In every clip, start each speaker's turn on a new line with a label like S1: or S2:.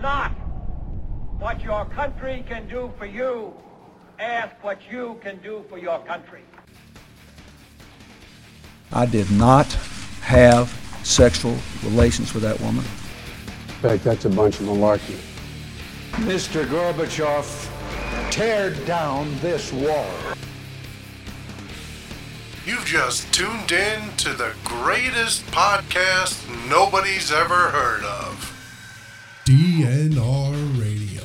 S1: not what your country can do for you. Ask what you can do for your country.
S2: I did not have sexual relations with that woman.
S3: In fact, that's a bunch of malarkey.
S4: Mr. Gorbachev, tear down this wall.
S5: You've just tuned in to the greatest podcast nobody's ever heard of.
S6: DNR Radio.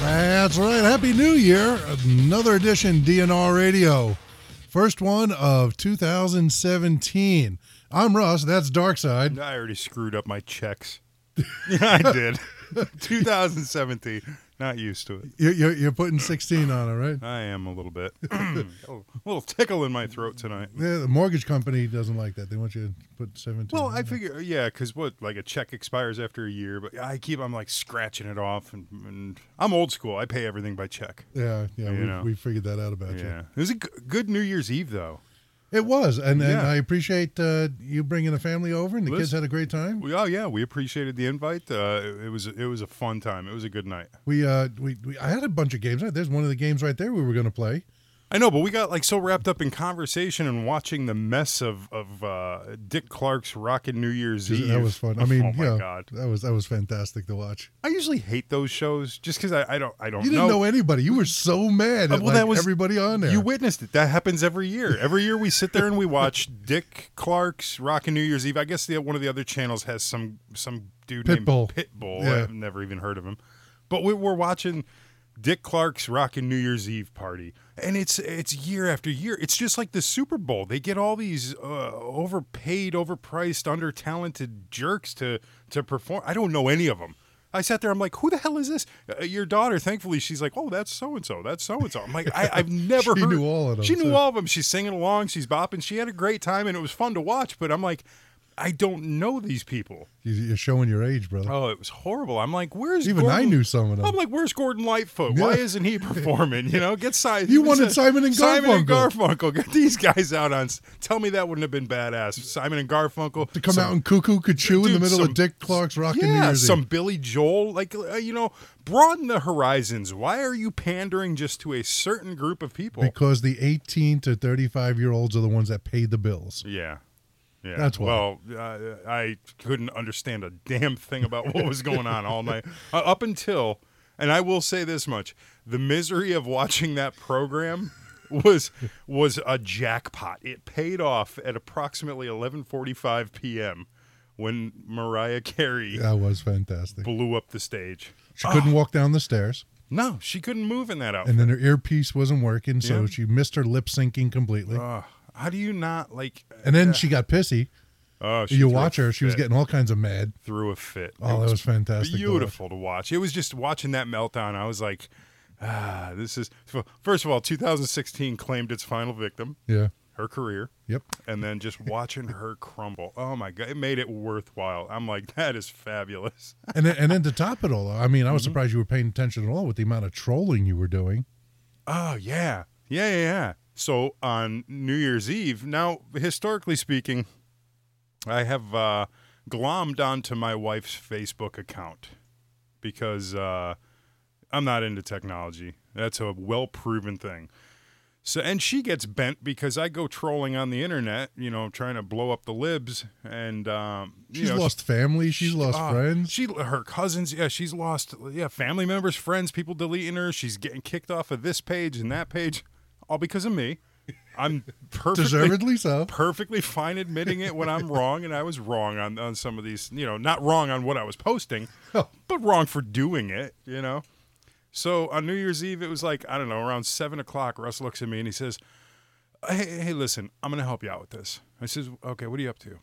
S6: That's right. Happy New Year. Another edition DNR Radio. First one of 2017. I'm Russ. That's Darkside.
S7: I already screwed up my checks. I did. 2017. Not used to it.
S6: You're, you're, you're putting 16 on it, right?
S7: I am a little bit. a little tickle in my throat tonight.
S6: Yeah, the mortgage company doesn't like that. They want you to put 17.
S7: Well,
S6: on
S7: I
S6: it.
S7: figure, yeah, because what, like a check expires after a year, but I keep, I'm like scratching it off, and, and I'm old school. I pay everything by check.
S6: Yeah, yeah,
S7: you
S6: we,
S7: know.
S6: we figured that out about you.
S7: Yeah. It was a g- good New Year's Eve, though.
S6: It was, and, and
S7: Yeah.
S6: I appreciate uh, you bringing the family over, and the kids
S7: Listen-
S6: had a great time.
S7: We, oh, yeah, we appreciated the invite. Uh, it, it was it was a fun time. It was a good night.
S6: We, uh, we, we, I had a bunch of games. There's one of the games right there we were going to play.
S7: I know, but we got like so wrapped up in conversation and watching the mess of of uh, Dick Clark's Rockin' New Year's Eve.
S6: That was fun. I
S7: Oh,
S6: mean,
S7: oh my
S6: yeah,
S7: god,
S6: that was that was fantastic to watch.
S7: I usually hate those shows just because I, I don't I don't
S6: You didn't know anybody. You were so mad
S7: Oh, Uh,
S6: at like, everybody on there.
S7: You witnessed it. That happens every year. Every year we sit there and we watch Dick Clark's Rockin' New Year's Eve. I guess the, one of the other channels has some some dude
S6: Pitbull.
S7: named Pitbull.
S6: Yeah.
S7: I've never even heard of him. But we, we're watching Dick Clark's Rockin' New Year's Eve party, and it's it's year after year. It's just like the Super Bowl. They get all these uh, overpaid, overpriced, under-talented jerks to to perform. I don't know any of them. I sat there. I'm like, who the hell is this? Uh, your daughter, thankfully, she's like, oh, that's so and so. That's so and so. I'm like, I, I've never.
S6: She
S7: heard-
S6: knew all of them,
S7: She knew
S6: so-
S7: all of them. She's singing along. She's bopping. She had a great time, and it was fun to watch. But I'm like, I don't know these people.
S6: You- You're showing your age, brother.
S7: Oh, it was horrible. I'm like, where's
S6: Even I
S7: Gordon-
S6: knew some of them.
S7: I'm like, where's Gordon Lightfoot? Why
S6: Yeah.
S7: isn't he performing? You know, get Simon.
S6: You wanted Simon and
S7: Simon and
S6: Garfunkel.
S7: Garfunkel. Get these guys out on. s- Tell me that wouldn't have been badass. Simon and Garfunkel
S6: to come
S7: some-
S6: out and cuckoo cuckoo in the
S7: Dude,
S6: middle
S7: some-
S6: of Dick Clark's Rockin'
S7: yeah,
S6: New Year's
S7: some
S6: Eve.
S7: Billy Joel. Like uh, you know, broaden the horizons. Why are you pandering just to a certain group of people?
S6: Because the 18 to 35 year olds are the ones that pay the bills.
S7: yeah. Yeah.
S6: That's why.
S7: Well, uh, I couldn't understand a damn thing about what was going on all night uh, up until, and I will say this much: the misery of watching that program was was a jackpot. It paid off at approximately 11:45 p.m. when Mariah Carey
S6: That was fantastic.
S7: blew up the stage.
S6: She couldn't
S7: Ah.
S6: walk down the stairs,
S7: No, she couldn't move in that outfit.
S6: and then her earpiece wasn't working, so
S7: Yeah.
S6: she missed her lip syncing completely.
S7: Ugh, how do you not like?
S6: and then she got pissy.
S7: Oh, she threw
S6: You
S7: a
S6: watch her; she was
S7: fit.
S6: getting all kinds of mad.
S7: through a fit.
S6: Oh, that was fantastic to watch.
S7: Beautiful to watch. It was just watching that meltdown. I was like, ah, this is. f- First of all, 2016 claimed its final victim,
S6: Yeah.
S7: her career,
S6: Yep.
S7: and then just watching her crumble. Oh my god, it made it worthwhile. I'm like, that is fabulous.
S6: And then, and then to top it all, I mean, I was
S7: Mm-hmm.
S6: surprised you were paying attention at all with the amount of trolling you were doing.
S7: Oh yeah, yeah, yeah. yeah. So on New Year's Eve, now historically speaking, I have uh, glommed onto my wife's Facebook account because uh, I'm not into technology. That's a well proven thing. So and she gets bent because I go trolling on the internet, you know, trying to blow up the libs, and um, you
S6: She's
S7: know,
S6: lost family. She's lost
S7: uh,
S6: friends.
S7: She her cousins. Yeah, she's lost. Yeah, family members, friends, people deleting her. She's getting kicked off of this page and that page, all because of me. I'm perfectly
S6: Deservedly so.
S7: perfectly fine admitting it when I'm wrong, and I was wrong on on some of these. You know, not wrong on what I was posting,
S6: Oh.
S7: but wrong for doing it. You know. So on New Year's Eve, it was like I don't know, around seven o'clock. Russ looks at me and he says, "Hey, hey, listen, I'm gonna help you out with this." I says, "Okay, what are you up to?"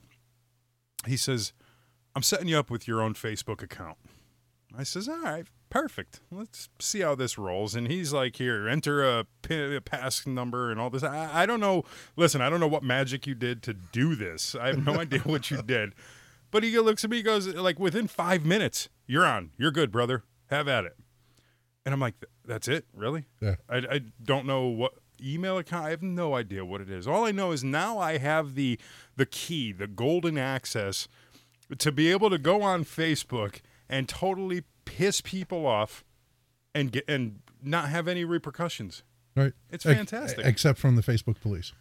S7: He says, "I'm setting you up with your own Facebook account." I says, "All right, perfect. Let's see how this rolls." And he's like, "Here, enter a, pin, a pass number and all this." I, I don't know. Listen, I don't know what magic you did to do this. I have no idea what you did. But he looks at me, he goes, "Like within five minutes, you're on. You're good, brother. Have at it." And I'm like, "That's it, really?
S6: Yeah.
S7: I, I don't know what email account. I have no idea what it is. All I know is now I have the the key, the golden access to be able to go on Facebook and totally piss people off and get and not have any repercussions.
S6: Right.
S7: It's
S6: Ex-
S7: fantastic.
S6: except from the Facebook police.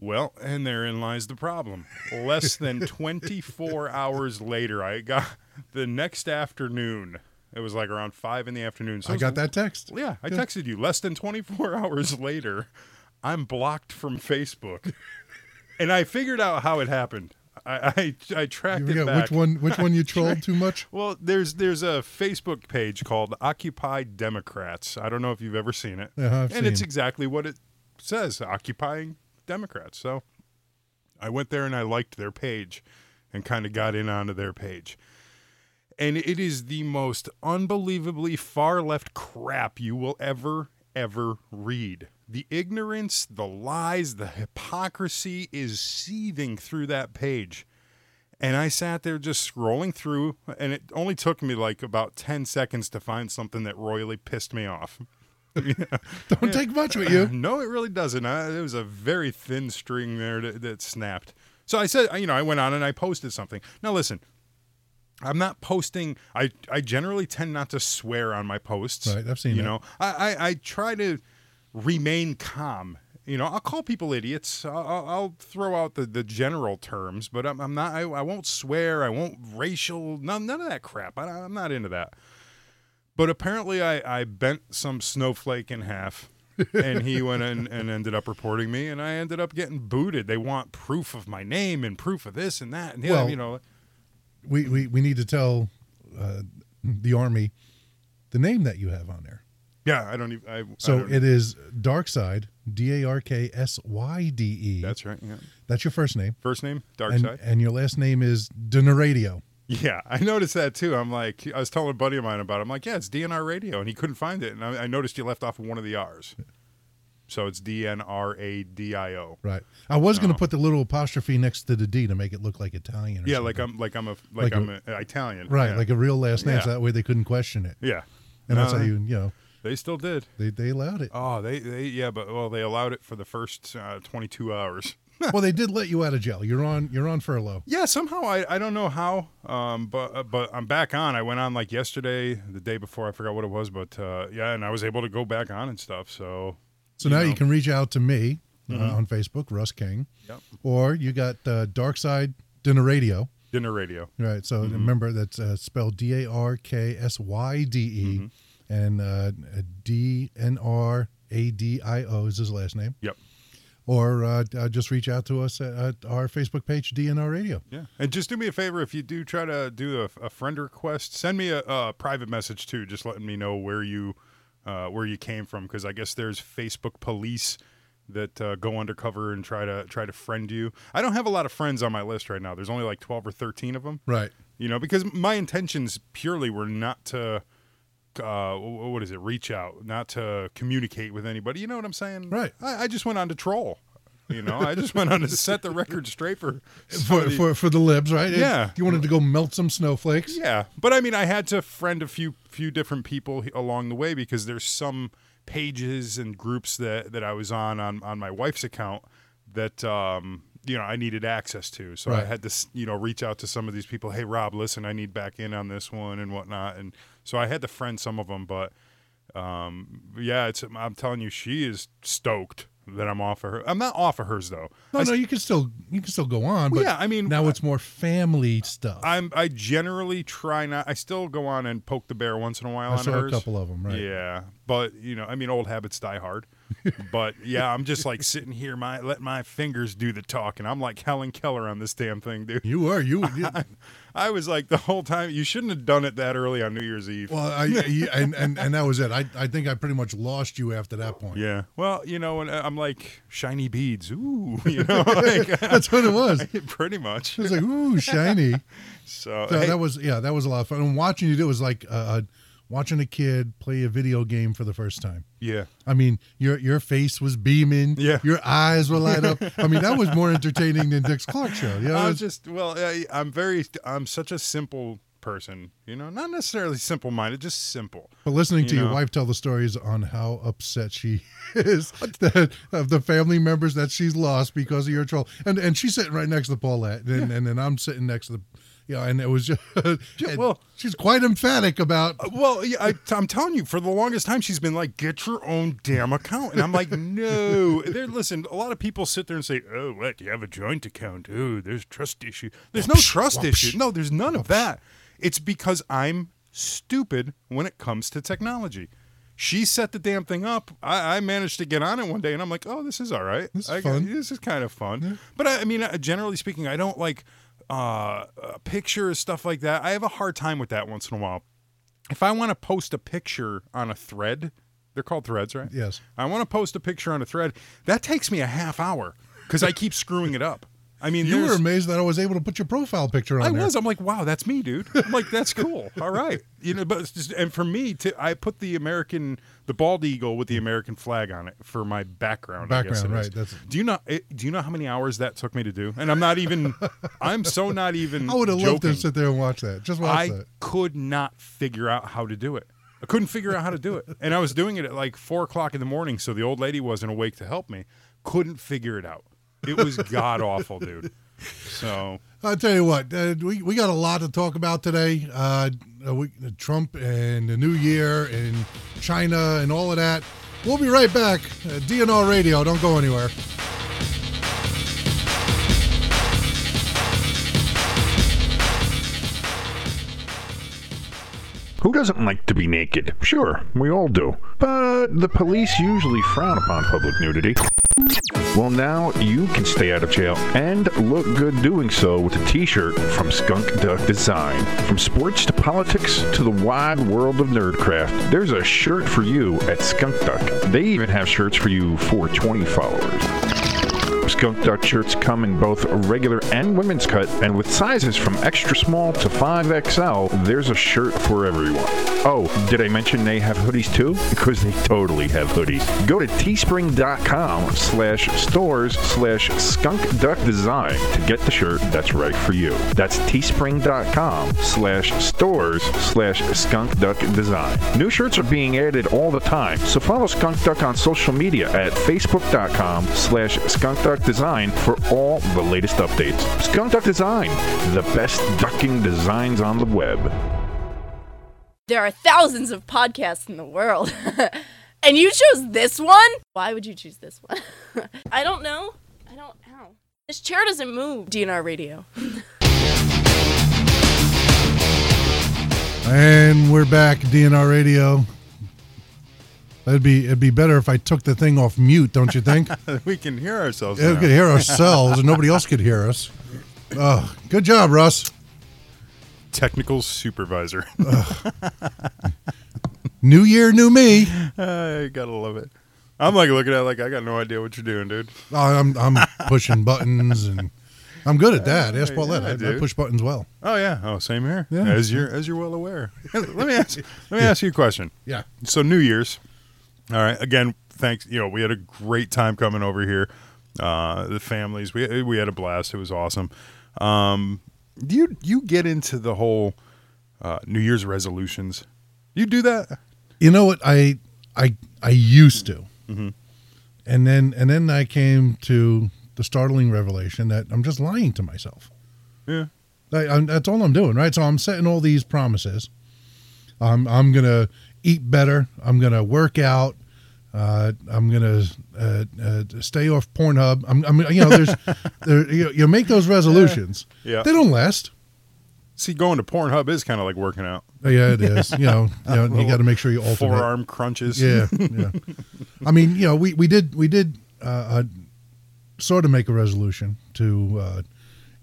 S7: Well, and therein lies the problem. Less than 24 hours later, I got the next afternoon. It was like around five in the afternoon. So
S6: I
S7: it was
S6: got that text.
S7: yeah, I texted you less than 24 hours later. I'm blocked from Facebook, and I figured out how it happened. I I, I tracked
S6: You
S7: it
S6: forget
S7: back.
S6: which one which one you trolled too much?
S7: Well, there's there's a Facebook page called Occupy Democrats. I don't know if you've ever seen it,
S6: Yeah, I've
S7: and it's
S6: seen.
S7: exactly what it says: occupying Democrats. So I went there and I liked their page, and kind of got in onto their page. And it is the most unbelievably far left crap you will ever, ever read. The ignorance, the lies, the hypocrisy is seething through that page. And I sat there just scrolling through, and it only took me like about 10 seconds to find something that royally pissed me off.
S6: Don't take much with you.
S7: No, it really doesn't. I, it was a very thin string there that, that snapped. So I said, you know, I went on and I posted something. Now listen, I'm not posting. I I generally tend not to swear on my posts.
S6: Right, I've seen
S7: You
S6: that.
S7: know, I, I I try to remain calm. You know, I'll call people idiots. I'll, I'll- I'll throw out the, the general terms, but I'm, I'm not. I, I won't swear. I won't racial. None none of that crap. I, I'm not into that. But apparently, I, I bent some snowflake in half, and he went and, and ended up reporting me, and I ended up getting booted. They want proof of my name and proof of this and that, and the other,
S6: Well-
S7: you know,
S6: We we, we need to tell uh, the army the name that you have on there.
S7: yeah, I don't even. I, I
S6: So
S7: don't-
S6: it is Darkside, D A R K S Y D E.
S7: that's right. Yeah,
S6: That's your first name.
S7: first name Dark
S6: And,
S7: Side.
S6: and your last name is Denaradio.
S7: Yeah, I noticed that too. I'm like, I was telling a buddy of mine about. it. I'm like, yeah, it's DNR Radio, and he couldn't find it, and I, I noticed you left off one of the R's, so it's D N R A D I O.
S6: Right. I was going to put the little apostrophe next to the D to make it look like Italian. Or
S7: Oh. Yeah,
S6: something.
S7: like I'm like I'm a like,
S6: Like a-
S7: I'm a, Italian.
S6: right,
S7: Yeah.
S6: like a real last name. So
S7: Yeah.
S6: that way they couldn't question it,
S7: yeah,
S6: and that's
S7: No,
S6: how you you know
S7: They still did.
S6: they they allowed it.
S7: Oh, they, they yeah, but well, they allowed it for the first uh, 22 hours.
S6: well, they did let you out of jail. You're on you're on furlough.
S7: Yeah, somehow I, I don't know how, um, but uh, but I'm back on. I went on like yesterday, the day before. I forgot what it was, but uh, yeah, and I was able to go back on and stuff. So
S6: So now you can reach out to me uh, on Facebook, Russ King,
S7: Mm-hmm. Yep.
S6: or you got uh, Dark Side Dinner Radio.
S7: dinner radio.
S6: Right. So
S7: Mm-hmm.
S6: remember that's uh, spelled D A R K S Y D E,
S7: Mm-hmm.
S6: and uh, D N R A D I O is his last name.
S7: Yep.
S6: Or uh, uh, just reach out to us at, at our Facebook page, DNR Radio.
S7: Yeah, and just do me a favor if you do try to do a, a friend request, send me a, a private message too, just letting me know where you uh, where you came from, because I guess there's Facebook police that uh, go undercover and try to try to friend you. I don't have a lot of friends on my list right now. There's only like twelve or thirteen of them,
S6: Right.
S7: you know, because my intentions purely were not to. Uh, wh- what is it? Reach out, not to communicate with anybody. You know what I'm saying?
S6: Right.
S7: I, I just went on to troll. You know, I just went on to set the record straight for some of
S6: For,
S7: the-
S6: for for the libs, right?
S7: Yeah.
S6: You wanted to go melt some snowflakes.
S7: yeah, but I mean, I had to friend a few few different people he- along the way because there's some pages and groups that that I was on on on my wife's account that um you know I needed access to, so I
S6: Right.
S7: had to s- you know reach out to some of these people. Hey, Rob, listen, I need back in on this one and whatnot, and so I had to friend some of them, but. Um. Yeah, it's. I'm telling you, she is stoked that I'm off of her. I'm not off of hers though.
S6: No,
S7: I
S6: Oh, no, you can still you can still go on. But
S7: Well, yeah, I mean,
S6: now it's more family stuff.
S7: I'm I generally try not. I still go on and poke the bear once in a while.
S6: I
S7: on
S6: saw a
S7: hers.
S6: couple of 'em, right.
S7: Yeah, but you know, I mean, old habits die hard. but yeah, I'm just like sitting here, my let my fingers do the talking. I'm like Helen Keller on this damn thing, dude.
S6: you were you. you
S7: I was like the whole time. You shouldn't have done it that early on New Year's Eve.
S6: well, I, I and, and and that was it. I I think I pretty much lost you after that point.
S7: yeah. Well, you know, and uh, I'm like shiny beads. Ooh, you know, like
S6: That's what it was.
S7: pretty much.
S6: It was like, ooh, shiny.
S7: So,
S6: So
S7: hey,
S6: that was yeah, that was a lot of fun. And watching you do it was like uh, uh, watching a kid play a video game for the first time.
S7: yeah.
S6: I mean, your your face was beaming.
S7: Yeah.
S6: your eyes were light up. I mean, that was more entertaining than Dick's Clock Show. Yeah,
S7: I'm just well. I, I'm very. I'm such a simple person, you know, not necessarily simple minded, just simple.
S6: But listening to
S7: You
S6: your
S7: know.
S6: wife tell the stories on how upset she is that of the family members that she's lost because of your troll, and and she's sitting right next to Paulette, and and then I'm sitting next to the, you know, and it was just and
S7: well- uh,
S6: she's quite emphatic about
S7: Well, yeah, I, I'm telling you, for the longest time, she's been like, "Get your own damn account," and I'm like, "No." There, listen. A lot of people sit there and say, "Oh, what? You have a joint account? Oh, there's trust issue." There's no trust issue. No, there's none of that. It's because I'm stupid when it comes to technology. She set the damn thing up. I, I managed to get on it one day, and I'm like, "Oh, this is all right.
S6: This is
S7: I-
S6: fun.
S7: this is kind of fun. But I, I mean, uh, generally speaking, I don't like uh, uh, pictures, stuff like that. I have a hard time with that once in a while. If I want to post a picture on a thread, they're called threads, right?
S6: Yes.
S7: I want to post a picture on a thread. That takes me a half hour because I keep screwing it up. I mean,
S6: You were
S7: there's-
S6: amazed that I was able to put your profile picture on
S7: I
S6: there.
S7: was. I'm like, wow, that's me, dude. I'm like, that's cool. All right, you know. But it's just, and for me, to I put the American, the bald eagle with the American flag on it for my background. I guess it is.
S6: Background, right, that's-
S7: Do you know? it- Do you know how many hours that took me to do? And I'm not even. I'm so not even.
S6: I would have loved to
S7: joking.
S6: sit there and watch that. Just watch
S7: I
S6: that.
S7: could not figure out how to do it. I couldn't figure out how to do it, and I was doing it at like four o'clock in the morning, so the old lady wasn't awake to help me. Couldn't figure it out. It was god awful, dude. So
S6: I tell you what, uh, we we got a lot to talk about today. Uh, uh, we, uh, Trump and the New Year and China and all of that. We'll be right back. Uh, DNR Radio. Don't go anywhere.
S8: Who doesn't like to be naked? Sure, we all do. But the police usually frown upon public nudity. Well, now you can stay out of jail and look good doing so with a t shirt from Skunk Duck Design. From sports to politics to the wide world of nerdcraft, there's a shirt for you at Skunk Duck. They even have shirts for you 420 followers. Skunk Duck shirts come in both a regular and women's cut, and with sizes from extra small to 5XL, there's a shirt for everyone. Oh, did I mention they have hoodies too? Because they totally have hoodies. Go to teespring.com slash stores slash skunk duck design to get the shirt that's right for you. That's teespring.com slash stores slash skunk duck design. New shirts are being added all the time, so follow Skunk Duck on social media at facebook.com slash skunk duck design for all the latest updates. Skunk Duck Design, the best ducking designs on the web.
S9: There are thousands of podcasts in the world. and you chose this one? Why would you choose this one? I don't know. I don't know. This chair doesn't move. DNR radio.
S6: And we're back. DNR Radio. That'd be it'd be better if I took the thing off mute. Don't you think?
S7: we can hear ourselves.
S6: Yeah,
S7: now.
S6: we could hear ourselves, and nobody else could hear us. Oh, good job, Russ.
S7: Technical supervisor.
S6: New year, new me.
S7: I gotta love it. I'm like looking at it like I got no idea what you're doing, dude.
S6: Oh, I'm I'm pushing buttons, and I'm good at that. Ask Paulette.
S7: yeah,
S6: I, I
S7: dude.
S6: push buttons well.
S7: Oh yeah. Oh, same here. As you're as you're well aware. let me ask let me ask you a question.
S6: Yeah.
S7: So New Year's. All right. Again, thanks. You know, we had a great time coming over here. Uh, the families. We we had a blast. It was awesome. Um, do you you get into the whole uh, New Year's resolutions? You do that?
S6: you know what i i i used to and then and then i came to the startling revelation that i'm just lying to myself
S7: Yeah.
S6: I, I'm, that's all i'm doing right so i'm setting all these promises i'm i'm gonna eat better i'm gonna work out uh, I'm gonna uh, uh, stay off Pornhub. I'm, I'm you know, there's, there, you, you make those resolutions.
S7: Yeah.
S6: They don't last.
S7: See, going to Pornhub is kind of like working out.
S6: Oh, yeah, it is. You know, you, know, you got to make sure you alter that.
S7: Forearm crunches.
S6: Yeah, yeah. I mean, you know, we we did we did uh, uh, sort of make a resolution to uh,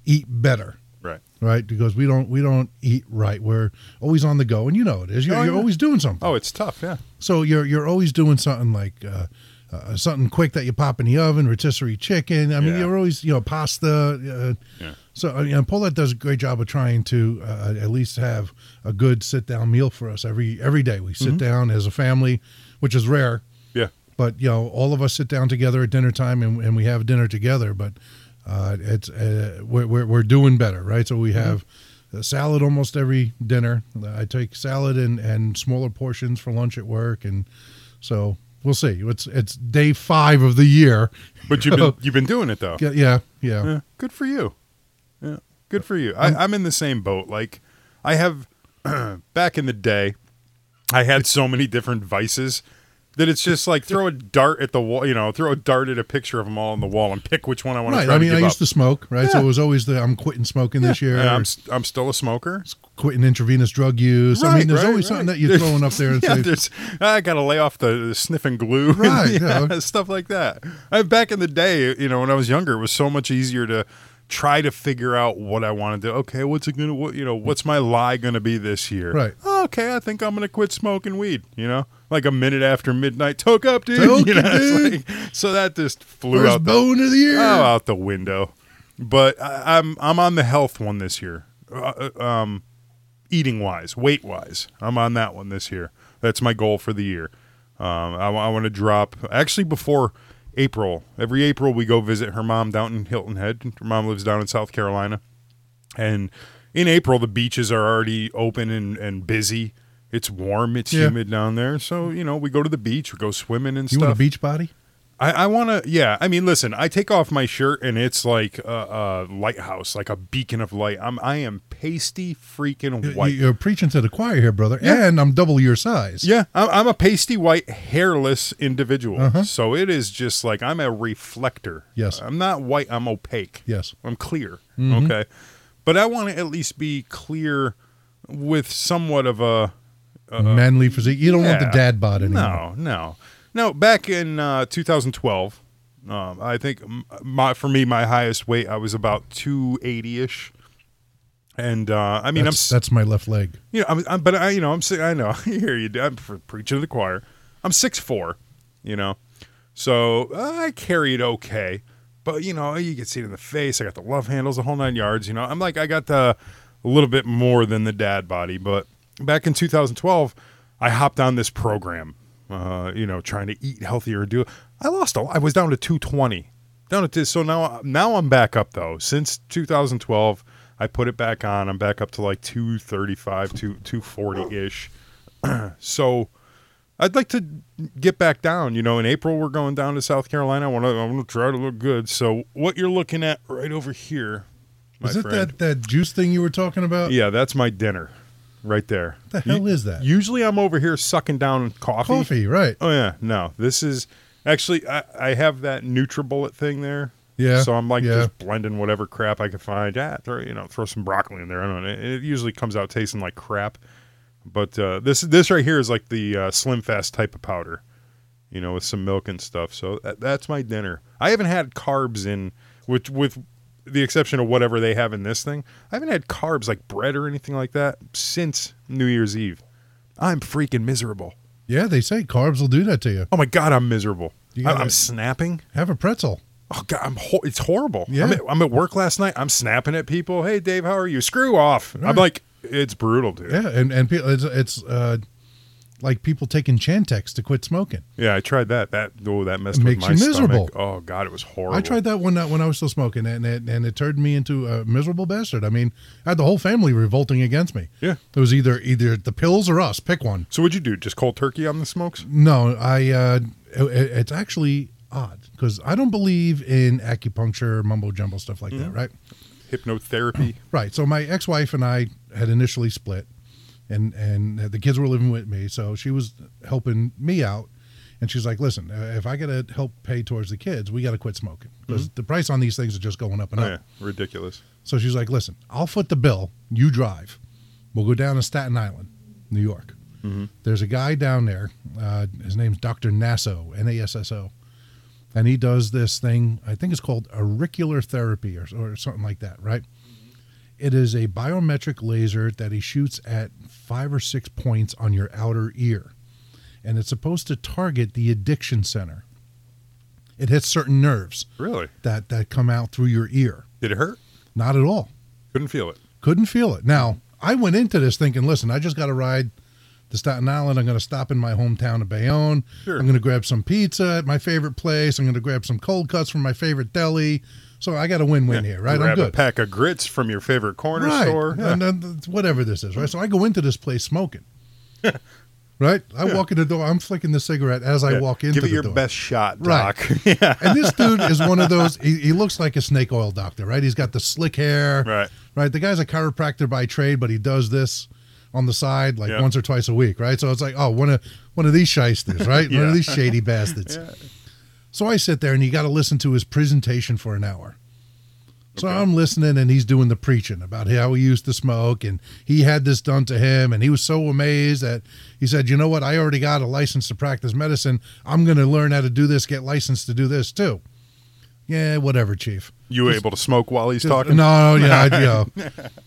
S6: eat better,
S7: Right.
S6: right? Because we don't we don't eat right. We're always on the go, and you know it is. You're,
S7: Oh,
S6: you're
S7: yeah.
S6: always doing something.
S7: Oh, it's tough. Yeah.
S6: So you're you're always doing something like. Uh, uh, something quick that you pop in the oven, rotisserie chicken. I mean,
S7: Yeah.
S6: you're always, you know, pasta. Uh,
S7: Yeah.
S6: So, uh, you know, Paulette does a great job of trying to uh, at least have a good sit down meal for us every every day. We
S7: Mm-hmm.
S6: sit down as a family, which is rare
S7: Yeah.
S6: but you know all of us sit down together at dinner time and, and we have dinner together but uh, it's uh, we're, we're, we're doing better right so we have uh, salad almost every dinner. I take salad and, and smaller portions for lunch at work, and so we'll see. It's it's day five of the year.
S7: But you've been you've been doing it though.
S6: Yeah, yeah, yeah.
S7: Yeah, Eh, good for you. Yeah, good for you. I, I'm in the same boat. Like, I have back in the day, I had so many different vices that it's just like throw a dart at the wall. You know, throw a dart at a picture of them all on the wall and pick which one I want to
S6: Right.
S7: try
S6: I mean,
S7: to
S6: I
S7: give
S6: used
S7: up.
S6: to smoke, right? So
S7: Yeah.
S6: it was always the I'm quitting smoking this year.
S7: And I'm
S6: or
S7: st- I'm still a smoker.
S6: quitting intravenous drug use. I mean, there's always something that you're
S7: There's-
S6: throwing up there and
S7: yeah,
S6: say,
S7: there's, I got to lay off the, the sniffing glue, and,
S6: Right,
S7: yeah,
S6: yeah.
S7: stuff like that. I, back in the day, you know, when I was younger, it was so much easier to try to figure out what I want to do. Okay, what's it gonna, what, you know, what's my lie gonna be this year?
S6: Right.
S7: "Oh, okay, I think I'm gonna quit smoking weed. You know, like a minute after midnight, toke up, dude.
S6: Toke
S7: you
S6: it,
S7: know, it's
S6: dude.
S7: like- so that just flew
S6: first
S7: out the
S6: bone of the year.
S7: Oh, out the window. But I, I'm I'm on the health one this year. Uh, uh, um, eating wise, weight wise, I'm on that one this year. That's my goal for the year. Um, I, want to drop actually before April. Every April we go visit her mom down in Hilton Head. Her mom lives down in South Carolina, and in April the beaches are already open and, and busy. It's warm, it's
S6: Yeah.
S7: humid down there, so you know we go to the beach, we go swimming and
S6: you
S7: stuff.
S6: want a beach body?
S7: I, I want to, yeah. I mean, listen, I take off my shirt and it's like a, a lighthouse, like a beacon of light. I'm, I am pasty freaking
S6: You-
S7: white.
S6: You're preaching to the choir here, brother. And I'm double your size.
S7: Yeah, I'm, I'm a pasty white, hairless individual. So it is just like I'm a reflector.
S6: Uh-huh. Yes. Mm-hmm.
S7: I'm not white. I'm opaque.
S6: Yes.
S7: I'm clear. Okay. But I want to at least be clear with somewhat of a,
S6: Manly physique. You don't want the
S7: Uh-huh. Yeah.
S6: dad bod anymore.
S7: No, no, no. Back in uh, 2012, um, I think m- my for me my highest weight I was about 280 ish, and uh, I mean I'm
S6: that's,
S7: s-
S6: that's my left leg.
S7: you know, I'm, I'm but I, you know, I'm, si- I know, I hear you. I'm pre- preaching to the choir. I'm six four, you know, so uh, I carry it okay. But you know, you can see it in the face. I got the love handles, the whole nine yards. You know, I'm like, I got the a little bit more than the dad body. But back in 2012, I hopped on this program, uh, you know, trying to eat healthier. Do I lost a lot. I was down to 220, down at this. So now, now I'm back up though. Since 2012, I put it back on. I'm back up to like 235, 2 240 ish. so I'd like to get back down. You know, in April we're going down to South Carolina. I want to. I want to try to look good. So what you're looking at right over here, my
S6: Is it
S7: friend.
S6: that, that juice thing you were talking about?
S7: yeah, that's my dinner, right there.
S6: What the hell is that?
S7: Usually I'm over here sucking down coffee.
S6: Coffee, right.
S7: Oh yeah, no. This is actually I, I have that NutriBullet thing there.
S6: Yeah,
S7: So I'm like
S6: yeah.
S7: just blending whatever crap I can find. Yeah, throw you know throw some broccoli in there. I don't know. It, it usually comes out tasting like crap. But uh, this this right here is like the uh, Slim Fast type of powder, you know, with some milk and stuff. So that, that's my dinner. I haven't had carbs in which with the exception of whatever they have in this thing. I haven't had carbs like bread or anything like that since New Year's Eve. I'm freaking miserable.
S6: Yeah, they say carbs will do that to you.
S7: Oh my god, I'm miserable.
S6: You
S7: I-
S6: gotta-
S7: I'm snapping.
S6: Have a pretzel.
S7: Oh god, I'm ho- it's horrible.
S6: Yeah.
S7: I'm at, I'm at work last night. I'm snapping at people. Hey Dave, how are you? Screw off. I'm like, it's brutal, dude.
S6: Yeah, and and people, it's, it's uh, like people taking Chantix to quit smoking.
S7: Yeah, I tried that. That oh, that messed
S6: It
S7: with
S6: makes
S7: my
S6: you
S7: stomach.
S6: miserable.
S7: Oh god, it was horrible.
S6: I tried that one night when I was still smoking, and it, and it turned me into a miserable bastard. I mean, I had the whole family revolting against me.
S7: Yeah.
S6: it was either either the pills or us. Pick one.
S7: So what'd you do? Just cold turkey on the smokes?
S6: No, I. Uh, it, it- it's actually odd because I don't believe in acupuncture, mumbo jumbo stuff like
S7: Mm-hmm.
S6: that. Right.
S7: Hypnotherapy.
S6: Right. So my ex-wife and I had initially split, and and the kids were living with me. So she was helping me out, and she's like, "Listen, uh, if I gotta help pay towards the kids, we gotta quit smoking because the price on these things are just going up and
S7: Mm-hmm. Oh,
S6: up."
S7: yeah, ridiculous.
S6: So she's like, "Listen, I'll foot the bill. You drive. We'll go down to Staten Island, New York. There's a guy down there. Uh, his name's Doctor Nasso, N-A-S-S-O." And he does this thing, I think it's called auricular therapy or, or something like that, right? It is a biometric laser that he shoots at five or six points on your outer ear. And it's supposed to target the addiction center. It hits certain nerves
S7: Really?
S6: that, that come out through your ear.
S7: Did it hurt?
S6: Not at all.
S7: Couldn't feel it.
S6: Couldn't feel it. Now, I went into this thinking, listen, I just got to ride to Staten Island. I'm going to stop in my hometown of Bayonne.
S7: Sure.
S6: I'm going to grab some pizza at my favorite place. I'm going to grab some cold cuts from my favorite deli. So I got a win-win here, right?
S7: Grab
S6: I'm good.
S7: a pack of grits from your favorite corner
S6: right.
S7: store. Yeah.
S6: And then th- whatever this is, right? So I go into this place smoking. right? I walk in the door, I'm flicking the cigarette as I
S7: Yeah.
S6: walk into
S7: Give it
S6: the
S7: your
S6: door.
S7: best shot,
S6: Right.
S7: Doc. yeah.
S6: And this dude is one of those he, he looks like a snake oil doctor, right? He's got the slick hair.
S7: Right.
S6: Right. The guy's a chiropractor by trade, but he does this on the side like
S7: Yeah.
S6: once or twice a week, right? So it's like, oh, one of one of these shysters, right? One
S7: Yeah.
S6: of these shady bastards. So I sit there and you got to listen to his presentation for an hour. So I'm listening and he's doing the preaching about how he used to smoke and he had this done to him and he was so amazed that he said, "You know what? I already got a license to practice medicine. I'm going to learn how to do this, get licensed to do this too." Yeah, whatever, chief.
S7: You able to smoke while he's talking?
S6: No, no, yeah, I, you know,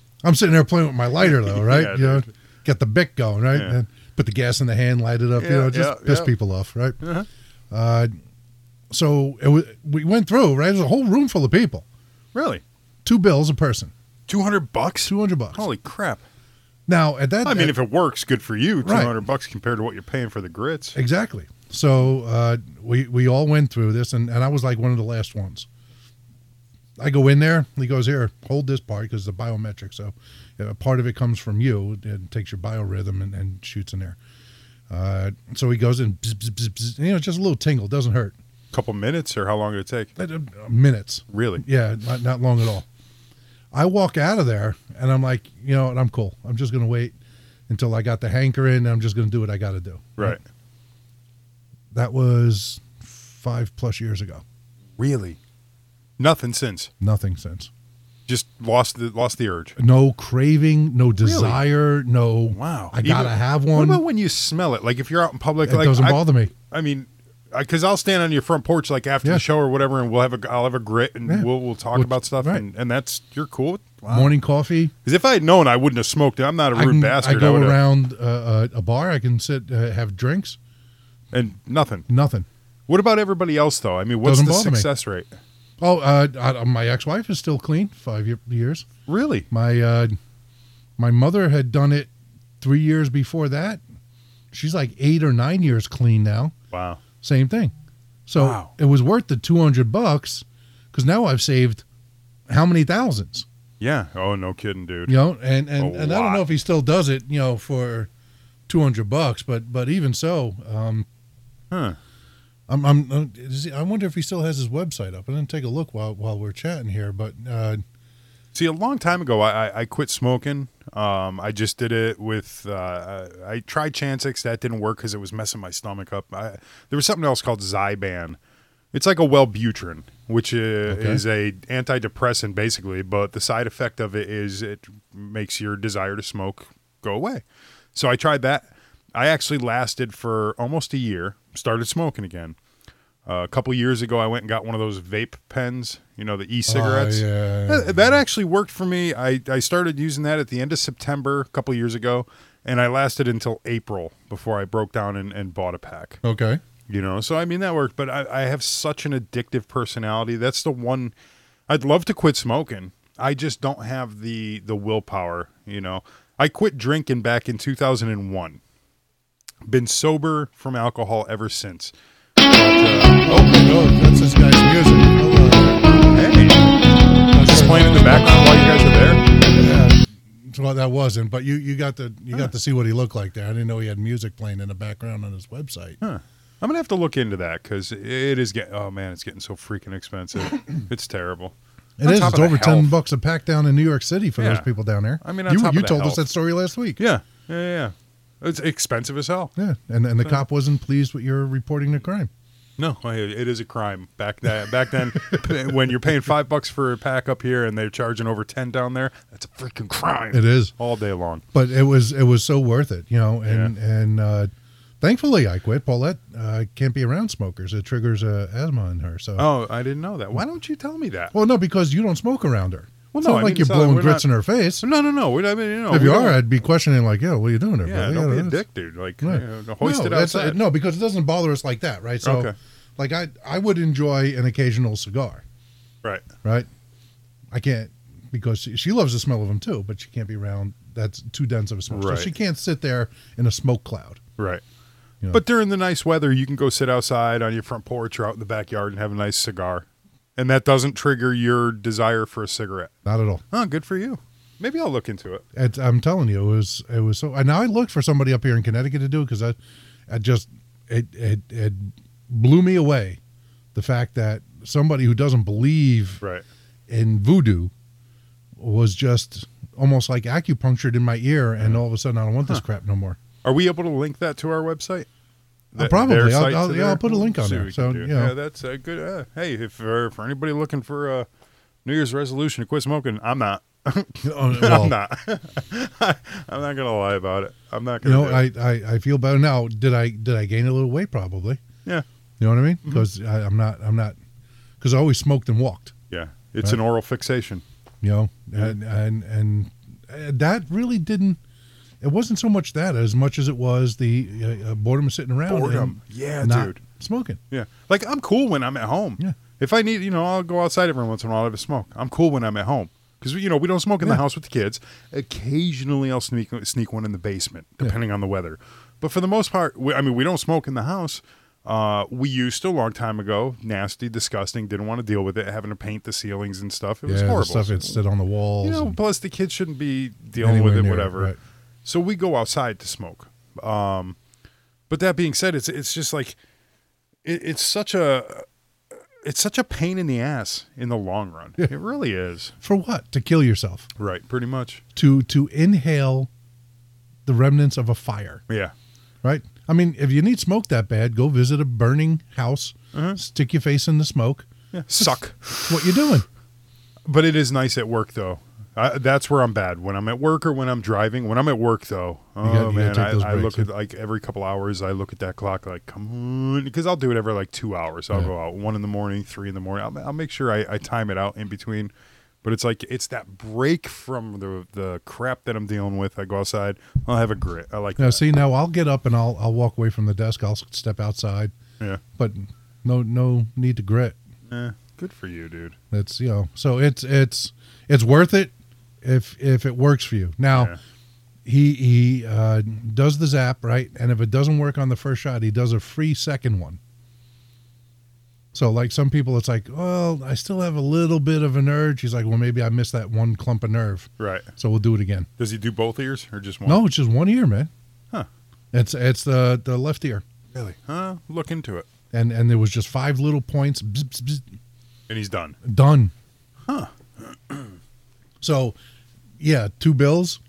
S6: I'm sitting there playing with my lighter though, right?
S7: Yeah,
S6: you know, get the bic going, right?
S7: Yeah.
S6: And put the gas in the hand, light it up, you
S7: Yeah,
S6: know, just
S7: yeah,
S6: piss
S7: yeah. Uh-huh.
S6: people off, right? uh so it was, we went through, right? There's a whole room full of people.
S7: Really?
S6: Two bills a person,
S7: 200 bucks?
S6: two hundred bucks.
S7: Holy crap.
S6: Now at that,
S7: I mean, if it works, good for you.
S6: Right.
S7: 200 bucks compared to what you're paying for the grits.
S6: exactly. So uh, we we all went through this, and, and I was like one of the last ones. I go in there. He goes here, hold this part because it's a biometric. So you know, a part of it comes from you. It takes your biorhythm and, and shoots in there. Uh, so he goes in, bzz, bzz, bzz, bzz, you know, just a little tingle, doesn't hurt.
S7: couple minutes or how long did it take?
S6: Uh, Minutes,
S7: Really?
S6: yeah, not, not long at all. I walk out of there and I'm like, you know, what, I'm cool. I'm just gonna wait until I got the hanker in. And I'm just gonna do what I got to do.
S7: Right.
S6: That was five plus years ago.
S7: Really? Nothing since.
S6: Nothing since.
S7: Just lost the lost the urge.
S6: No craving, no desire, no.
S7: Wow.
S6: I gotta
S7: Even-
S6: have
S7: What
S6: one.
S7: about when you smell it? Like if you're out in public,
S6: it
S7: like
S6: doesn't
S7: I-
S6: bother me.
S7: I mean, because I'll stand on your front porch like after
S6: Yeah.
S7: the show or whatever, and we'll have a I'll have a grit and
S6: Yeah.
S7: we'll we'll talk
S6: Which-
S7: about stuff,
S6: right.
S7: and, and that's you're cool.
S6: Morning coffee.
S7: Because if I had known, I wouldn't have smoked it. I'm not a
S6: I,
S7: rude
S6: can,
S7: bastard.
S6: I go
S7: would've-
S6: around uh, a a bar. I can sit, uh, have drinks.
S7: and nothing.
S6: Nothing.
S7: What about everybody else though? I mean, what's
S6: Doesn't
S7: the
S6: bother me.
S7: success rate?
S6: Oh, uh, I, my ex-wife is still clean. Five ye- years.
S7: Really?
S6: My uh, my mother had done it three years before that. She's like eight or nine years clean now.
S7: Wow.
S6: Same thing. So
S7: Wow.
S6: it was worth the two hundred bucks because now I've saved how many thousands?
S7: Yeah. Oh no, kidding, dude.
S6: You know, and and,
S7: A
S6: and I don't
S7: lot.
S6: know if he still does it. You know, for two hundred bucks, but but even so, um,
S7: Huh.
S6: I'm I'm uh, is he- I wonder if he still has his website up. I didn't take a look while while we're chatting here, but uh,
S7: See, a long time ago, I, I, I quit smoking. Um, I just did it with, uh, I I tried Chantix. That didn't work because it was messing my stomach up. I, there was something else called Zyban. It's like a Wellbutrin, which i- is a antidepressant basically, but the side effect of it is it makes your desire to smoke go away. So I tried that. I actually lasted for almost a year, started smoking again. Uh, a couple years ago, I went and got one of those vape pens, you know, the e-cigarettes.
S6: Oh, yeah.
S7: That, that actually worked for me. I, I started using that at the end of September a couple years ago, and I lasted until April before I broke down and, and bought a pack.
S6: okay,
S7: You know, so I mean that worked, but I, I have such an addictive personality. That's the one I'd love to quit smoking. I just don't have the the willpower, you know. I quit drinking back in 2001. Been sober from alcohol ever since. uh,
S6: oh my god, that's this guy's music. Hold on.
S7: Hey, just playing in the background while you guys are there.
S6: That's what that wasn't, but you you got to you got to see what he looked like there. I didn't know he had music playing in the background on his website.
S7: I'm gonna have to look into that because it is getting. Oh man, it's getting so freaking expensive. it's terrible.
S6: It
S7: On
S6: is.
S7: top of
S6: It's
S7: the
S6: over ten
S7: health.
S6: bucks a pack down in New York City for those
S7: Yeah.
S6: people down there.
S7: I mean, on
S6: you
S7: top of
S6: you
S7: the
S6: told us
S7: health.
S6: that story last week.
S7: Yeah, yeah, yeah. It's expensive as hell.
S6: Yeah, and and the cop wasn't pleased with your reporting the crime.
S7: No, I- it is a crime. Back that back then, p- when you're paying five bucks for a pack up here and they're charging over ten down there, that's a freaking crime.
S6: It is,
S7: all day long.
S6: but it was it was so worth it, you know. And and uh, thankfully, I quit. Paulette uh, can't be around smokers; it triggers uh, asthma in her. So,
S7: Oh, I didn't know that. Why don't you tell me that?
S6: well, no, because you don't smoke around her.
S7: Well,
S6: it's
S7: no,
S6: not
S7: I
S6: like
S7: mean,
S6: you're
S7: so
S6: blowing
S7: we're
S6: grits
S7: not-
S6: in her face.
S7: no, no, no. we- I mean, you know,
S6: if
S7: we
S6: you are,
S7: don't-
S6: I'd be questioning like, "Yo, what are you doing there,
S7: yeah,
S6: brother?
S7: don't be a
S6: that's-
S7: dick, dude. Like,
S6: Right.
S7: you know, uh, hoist
S6: no,
S7: it
S6: that's- uh,
S7: outside.
S6: no, because it doesn't bother us like that, right? So,
S7: Okay.
S6: like, I I would enjoy an occasional cigar,
S7: right.
S6: right? I can't because she, she loves the smell of them too, but she can't be around that's too dense of a smoke.
S7: Right.
S6: So she can't sit there in a smoke cloud.
S7: Right.
S6: You know.
S7: But during the nice weather, you can go sit outside on your front porch or out in the backyard and have a nice cigar. And that doesn't trigger your desire for a cigarette.
S6: Not at all.
S7: Oh, good for you. Maybe I'll look into it.
S6: It's, I'm telling you, it was it was so. And I looked for somebody up here in Connecticut to do it because I, I just it, it it blew me away, the fact that somebody who doesn't believe
S7: Right.
S6: in voodoo was just almost like acupunctured in my ear, and all of a sudden I don't want this crap no more.
S7: Are we able to link that to our website?
S6: Uh,
S7: Th-
S6: probably.
S7: their
S6: I'll-
S7: site to
S6: I'll- yeah, I'll
S7: their-
S6: put a link on
S7: See
S6: there.
S7: what we
S6: So,
S7: can do.
S6: you know.
S7: yeah, that's a good. Uh, hey, if uh, for anybody looking for a New Year's resolution to quit smoking, I'm not.
S6: Oh,
S7: I'm
S6: well,
S7: not. I'm not gonna lie about it. I'm not
S6: You
S7: gonna.
S6: know,
S7: do
S6: I,
S7: it.
S6: I I feel better now. Did I did I gain a little weight? Probably.
S7: yeah,
S6: You know what I mean?
S7: Mm-hmm.
S6: Because I'm not I'm not because I always smoked and walked.
S7: yeah. It's an oral fixation.
S6: you know and and and uh, that really didn't it wasn't so much that as much as it was the uh, uh, boredom of sitting around
S7: Boredom.
S6: and
S7: Yeah,
S6: not
S7: dude.
S6: smoking
S7: Yeah. Like I'm cool when I'm at home.
S6: Yeah.
S7: If I need, you know, I'll go outside every once in a while. I'll have a smoke. I'm cool when I'm at home because you know we don't smoke in the
S6: Yeah.
S7: house with the kids. Occasionally, I'll sneak sneak one in the basement depending on the weather. But for the most part, we, I mean, we don't smoke in the house. Uh, we used to a long time ago. Nasty, disgusting. Didn't want to deal with it. Having to paint the ceilings and stuff. It was
S6: yeah
S7: horrible.
S6: the stuff that stood on the walls
S7: You know,
S6: and-
S7: plus the kids shouldn't be dealing
S6: Anywhere
S7: with it,
S6: near it,
S7: whatever.
S6: right.
S7: So we go outside to smoke. Um, but that being said, it's it's just like it, it's such a it's such a pain in the ass in the long run. It really is.
S6: for what to kill yourself
S7: Right, pretty much.
S6: to to inhale the remnants of a fire
S7: Yeah,
S6: right i mean if you need smoke that bad go visit a burning house stick your face in the smoke
S7: yeah. suck.
S6: what you doing
S7: But it is nice at work though. I, that's where I'm bad when I'm at work or when I'm driving. When I'm at work though, oh
S6: gotta- you gotta
S7: man,
S6: take those
S7: I, I look
S6: breaks,
S7: at like every couple hours. I look at that clock like, come on, because I'll do it every like two hours. I'll go out one in the morning, three in the morning. I'll, I'll make sure I, I time it out in between. But it's like it's that break from the the crap that I'm dealing with. I go outside. I'll have a grit. I like
S6: now
S7: that.
S6: see now i'll get up and i'll i'll walk away from the desk i'll step outside
S7: Yeah.
S6: but no no need to grit
S7: Eh, good for you, dude.
S6: That's you know, so it's it's it's worth it if if it works for you. Now
S7: Yeah.
S6: he he uh, does the zap right, and if it doesn't work on the first shot, he does a free second one. So like some people, it's like, well, I still have a little bit of an urge. He's like, well, maybe I missed that one clump of nerve,
S7: Right.
S6: so we'll do it again.
S7: Does he do both ears or just one?
S6: No, it's just one ear, man.
S7: Huh.
S6: It's it's the the left ear,
S7: really? Huh? Look into it.
S6: and and there was just five little points. bzz, bzz, bzz,
S7: And he's done.
S6: Done. Huh. so, yeah, two bills,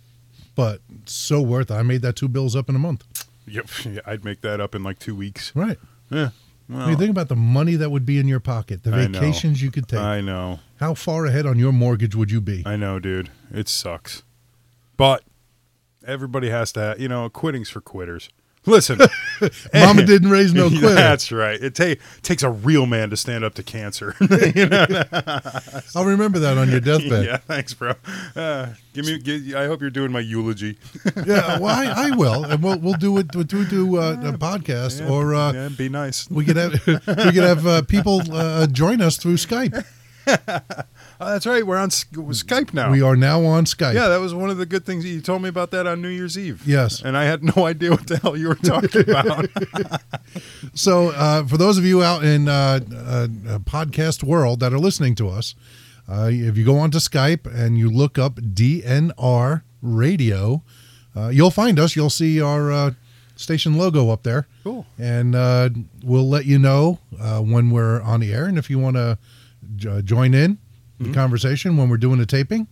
S6: but so worth it. I made that two bills up in a month.
S7: Yep. I'd make that up in like two weeks.
S6: Right.
S7: Yeah.
S6: I mean, think about the money that would be in your pocket, the
S7: I know.
S6: vacations you could take.
S7: I know.
S6: How far ahead on your mortgage would you be?
S7: I know, dude. It sucks. But everybody has to, ha- you know, quitting's for quitters. Listen,
S6: Mama didn't raise no quitter.
S7: That's right. It ta- takes a real man to stand up to cancer.
S6: I'll remember that on your deathbed.
S7: yeah, thanks, bro. Uh, give me. Give, I hope you're doing my eulogy.
S6: yeah. well, I, I will, and we'll we'll do it. We'll do, do uh, a podcast, or uh,
S7: yeah, be nice.
S6: we could have we could have uh, people uh, join us through Skype.
S7: Oh, that's right. We're on S- Skype now.
S6: We are now on Skype.
S7: Yeah, that was one of the good things you told me about that on New Year's Eve.
S6: Yes.
S7: and I had no idea what the hell you were talking about.
S6: So, uh, for those of you out in uh, uh, podcast world that are listening to us, uh, if you go onto Skype and you look up DNR Radio, uh, you'll find us. You'll see our uh, station logo up there.
S7: Cool.
S6: And uh, we'll let you know uh, when we're on the air. And if you want to j- uh, join in the conversation when we're doing a taping,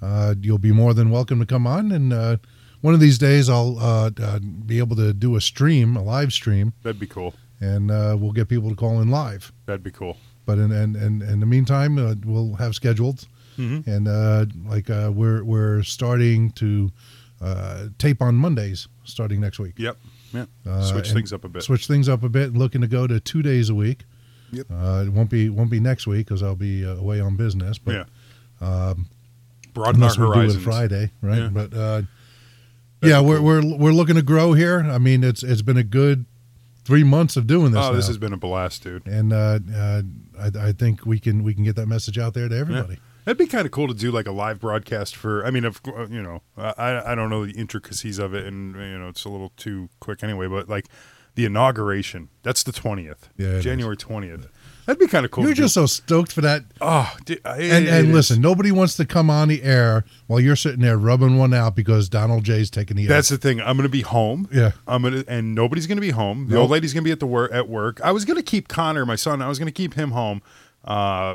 S6: uh, you'll be more than welcome to come on. And uh, one of these days, I'll uh, uh, be able to do a stream, a live stream
S7: That'd be cool.
S6: and uh, we'll get people to call in live.
S7: That'd be cool.
S6: But in and in, in, the meantime, uh, we'll have scheduled,
S7: Mm-hmm.
S6: and uh, like uh, we're we're starting to uh, tape on Mondays starting next week.
S7: Yep. Yep.
S6: Uh,
S7: Switch
S6: and
S7: things up a bit.
S6: Switch things up a bit. Looking to go to two days a week.
S7: Yep.
S6: Uh, it won't be won't be next week because I'll be uh, away on business. But um,
S7: yeah. Broaden our
S6: unless we do it
S7: horizons.
S6: Friday, right?
S7: Yeah.
S6: But uh, yeah, we're, we're we're looking to grow here. I mean, it's it's been a good three months of doing this.
S7: oh, this
S6: now.
S7: has been a blast, dude.
S6: and uh, uh, I, I think we can we can get that message out there to everybody.
S7: That'd be kind of cool to do like a live broadcast for. I mean, of cour- you know, I I don't know the intricacies of it, and you know, it's a little too quick anyway. But like the inauguration, that's the twentieth,
S6: Yeah, it is.
S7: January twentieth. That'd be kind of cool.
S6: You're
S7: to do.
S6: just so stoked for that.
S7: oh, dude,
S6: And, and listen, nobody wants to come on the air while you're sitting there rubbing one out because Donald J's taking the
S7: That's the thing. I'm gonna be home.
S6: Yeah.
S7: I'm gonna and nobody's gonna be home. The
S6: Nope.
S7: old lady's gonna be at the work at work. I was gonna keep Connor, my son. I was gonna keep him home uh,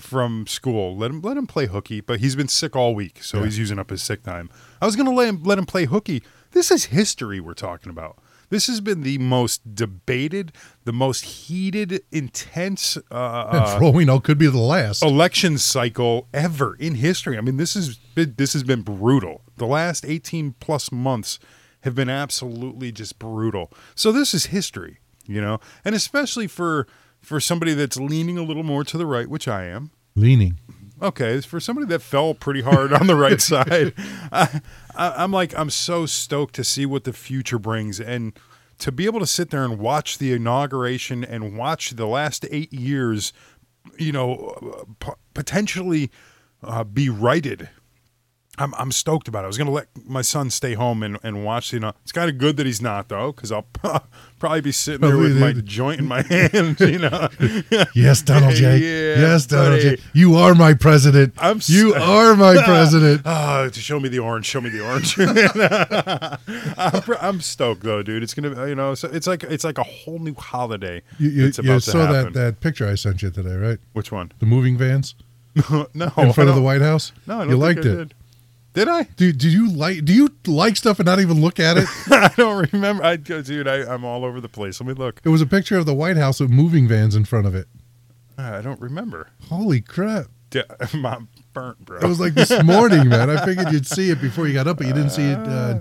S7: from school. Let him let him play hooky, but he's been sick all week, so he's using up his sick time. I was gonna let him let him play hooky. This is history we're talking about. This has been the most debated, the most heated, intense uh,
S6: air.
S7: uh, Oh.
S6: For all we know, could be the last.
S7: election cycle ever in history. I mean, this is this has been brutal. The last 18 plus months have been absolutely just brutal. So this is history, you know. And especially for for somebody that's leaning a little more to the right, which I am.
S6: Leaning.
S7: Okay, for somebody that fell pretty hard on the right side, I, I, I'm like I'm so stoked to see what the future brings and to be able to sit there and watch the inauguration and watch the last eight years, you know, p- potentially uh, be righted. I'm, I'm stoked about it. I was going to let my son stay home and, and watch the. It's kind of good that he's not though, because I'll probably be sitting there with my joint in my hand. You know,
S6: Yes, Donald J.
S7: Yeah,
S6: yes, Donald
S7: buddy.
S6: J. You are my president.
S7: I'm s-
S6: you are my president.
S7: Ah, to show me the orange, show me the orange. I'm, pr- I'm stoked though, dude. It's gonna, you know, so it's like it's like a whole new holiday.
S6: You, you,
S7: it's about
S6: you
S7: to
S6: saw
S7: happen.
S6: that, that picture I sent you today, right?
S7: Which one?
S6: The moving vans
S7: no,
S6: in front
S7: Oh, I
S6: of the
S7: don't-
S6: White House.
S7: No, I don't
S6: you
S7: think
S6: liked
S7: I
S6: it.
S7: Did. Did I?
S6: Do, do you like do you like stuff and not even look at it?
S7: I don't remember. I, dude, I, I'm all over the place. Let me look.
S6: it was a picture of the White House with moving vans in front of it.
S7: Ah, I don't remember.
S6: Holy crap!
S7: D- I'm burnt, bro.
S6: It was like this morning, man. I figured you'd see it before you got up, but you didn't see it. Uh,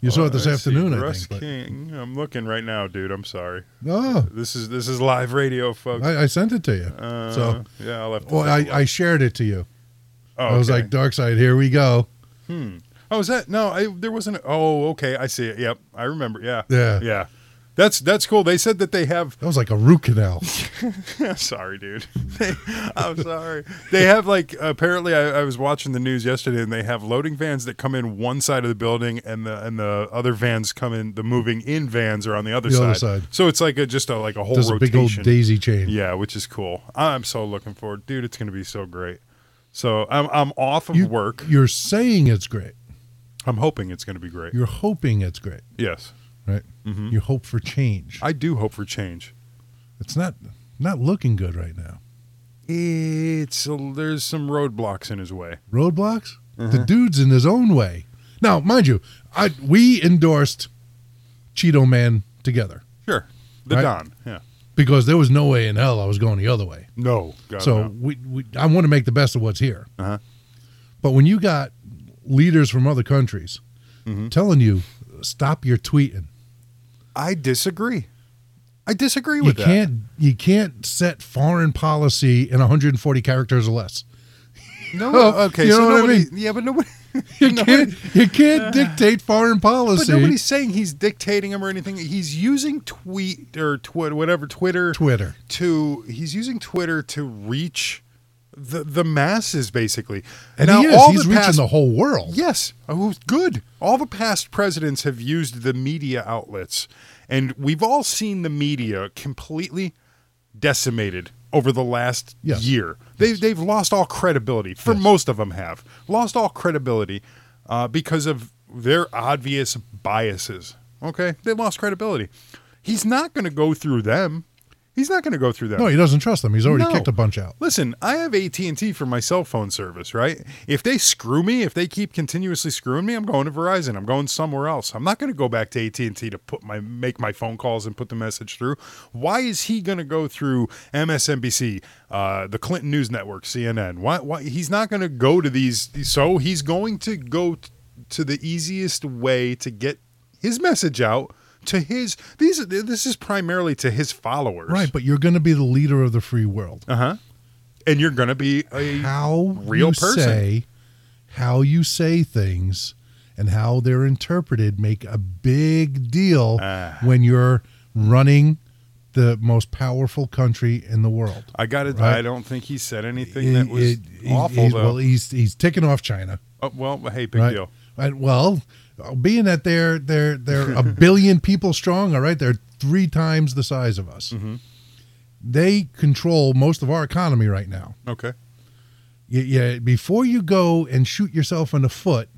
S6: you saw it this
S7: Let's Oh, see,
S6: afternoon, I
S7: Russ
S6: think. But,
S7: King. I'm looking right now, dude. I'm sorry.
S6: oh,
S7: This is this is live radio, folks.
S6: I, I sent it to you.
S7: uh,
S6: so,
S7: yeah, I'll have to.
S6: well, I,
S7: take a look.
S6: I shared it to you.
S7: oh,
S6: I was
S7: okay.
S6: like, Dark Side, here we go.
S7: Oh, is that no? I there wasn't. Oh, okay, I see it. Yep, I remember. Yeah,
S6: Yeah.
S7: yeah. That's that's cool. They said that they have.
S6: That was like a root canal.
S7: sorry, dude. They, I'm sorry. They have like apparently. I, I was watching the news yesterday, and they have loading vans that come in one side of the building, and the and the other vans come in. The moving in vans are on the other,
S6: The
S7: side.
S6: other side.
S7: So it's like a just a like a whole
S6: There's a big
S7: rotation.
S6: old daisy chain.
S7: yeah, which is cool. I'm so looking forward, dude. It's gonna be so great. So I'm I'm off of
S6: You-
S7: work.
S6: You're saying it's great.
S7: I'm hoping it's gonna be great.
S6: You're hoping it's great,
S7: Yes,
S6: right? You hope for change.
S7: Mm-hmm. I do hope for change.
S6: It's not not looking good right now.
S7: It's a, there's some roadblocks in his way.
S6: roadblocks.
S7: Uh-huh.
S6: The dude's in his own way. Now, mind you, I we endorsed Cheeto Man together
S7: Sure, the
S6: Right.
S7: Don. Yeah.
S6: because there was no way in hell I was going the other way.
S7: No. God,
S6: so
S7: no.
S6: we, we I want to make the best of what's here.
S7: Uh-huh.
S6: But when you got leaders from other countries
S7: Mm-hmm.
S6: telling you stop your tweeting,
S7: I disagree. I disagree
S6: you
S7: with that.
S6: can't you can't set foreign policy in 140 characters or less.
S7: No.
S6: Oh,
S7: okay.
S6: you
S7: so
S6: know what I
S7: nobody,
S6: mean?
S7: Yeah, but nobody.
S6: You
S7: nobody-
S6: can't you can't dictate foreign
S7: But
S6: policy.
S7: nobody's saying he's dictating him or anything. He's using tweet or twi- whatever Twitter
S6: Twitter.
S7: to he's using Twitter to reach the the masses basically.
S6: And
S7: now
S6: he is.
S7: all
S6: He's
S7: the
S6: reaching
S7: past
S6: the whole world.
S7: Yes, who's good. All the past presidents have used the media outlets, and we've all seen the media completely decimated over the last
S6: Yes.
S7: year. They, They've lost all credibility, for most of them have lost all credibility uh, because of their obvious biases. Okay, they lost credibility. He's not going to go through them. He's not going to go through them.
S6: No, he doesn't trust them. He's already
S7: No.
S6: kicked a bunch out.
S7: Listen, I have AT and T for my cell phone service, right? If they screw me, if they keep continuously screwing me, I'm going to Verizon. I'm going somewhere else. I'm not going to go back to AT and T to put my make my phone calls and put the message through. Why is he going to go through MSNBC, uh, the Clinton News Network, CNN? Why? Why he's not going to go to these? So he's going to go t- to the easiest way to get his message out to his these. This is primarily to his followers,
S6: Right, but you're going to be the leader of the free world.
S7: uh huh. And you're gonna be a
S6: How
S7: Mm. real
S6: you
S7: person.
S6: say how you say things and how
S7: Ah.
S6: they're interpreted make a big deal when you're running the most powerful country in the world.
S7: I got it.
S6: Right.
S7: I don't think he said anything that was
S6: It- it-
S7: awful,
S6: he's,
S7: though.
S6: Well, he's he's ticking off China.
S7: Oh, well, hey, big
S6: right?
S7: deal.
S6: Right, well, uh, being that they're they're they're a billion people strong, all right, they're three times the size of us.
S7: Mm-hmm.
S6: They control most of our economy right now.
S7: Okay.
S6: Yeah, yeah, before you go and shoot yourself in the foot,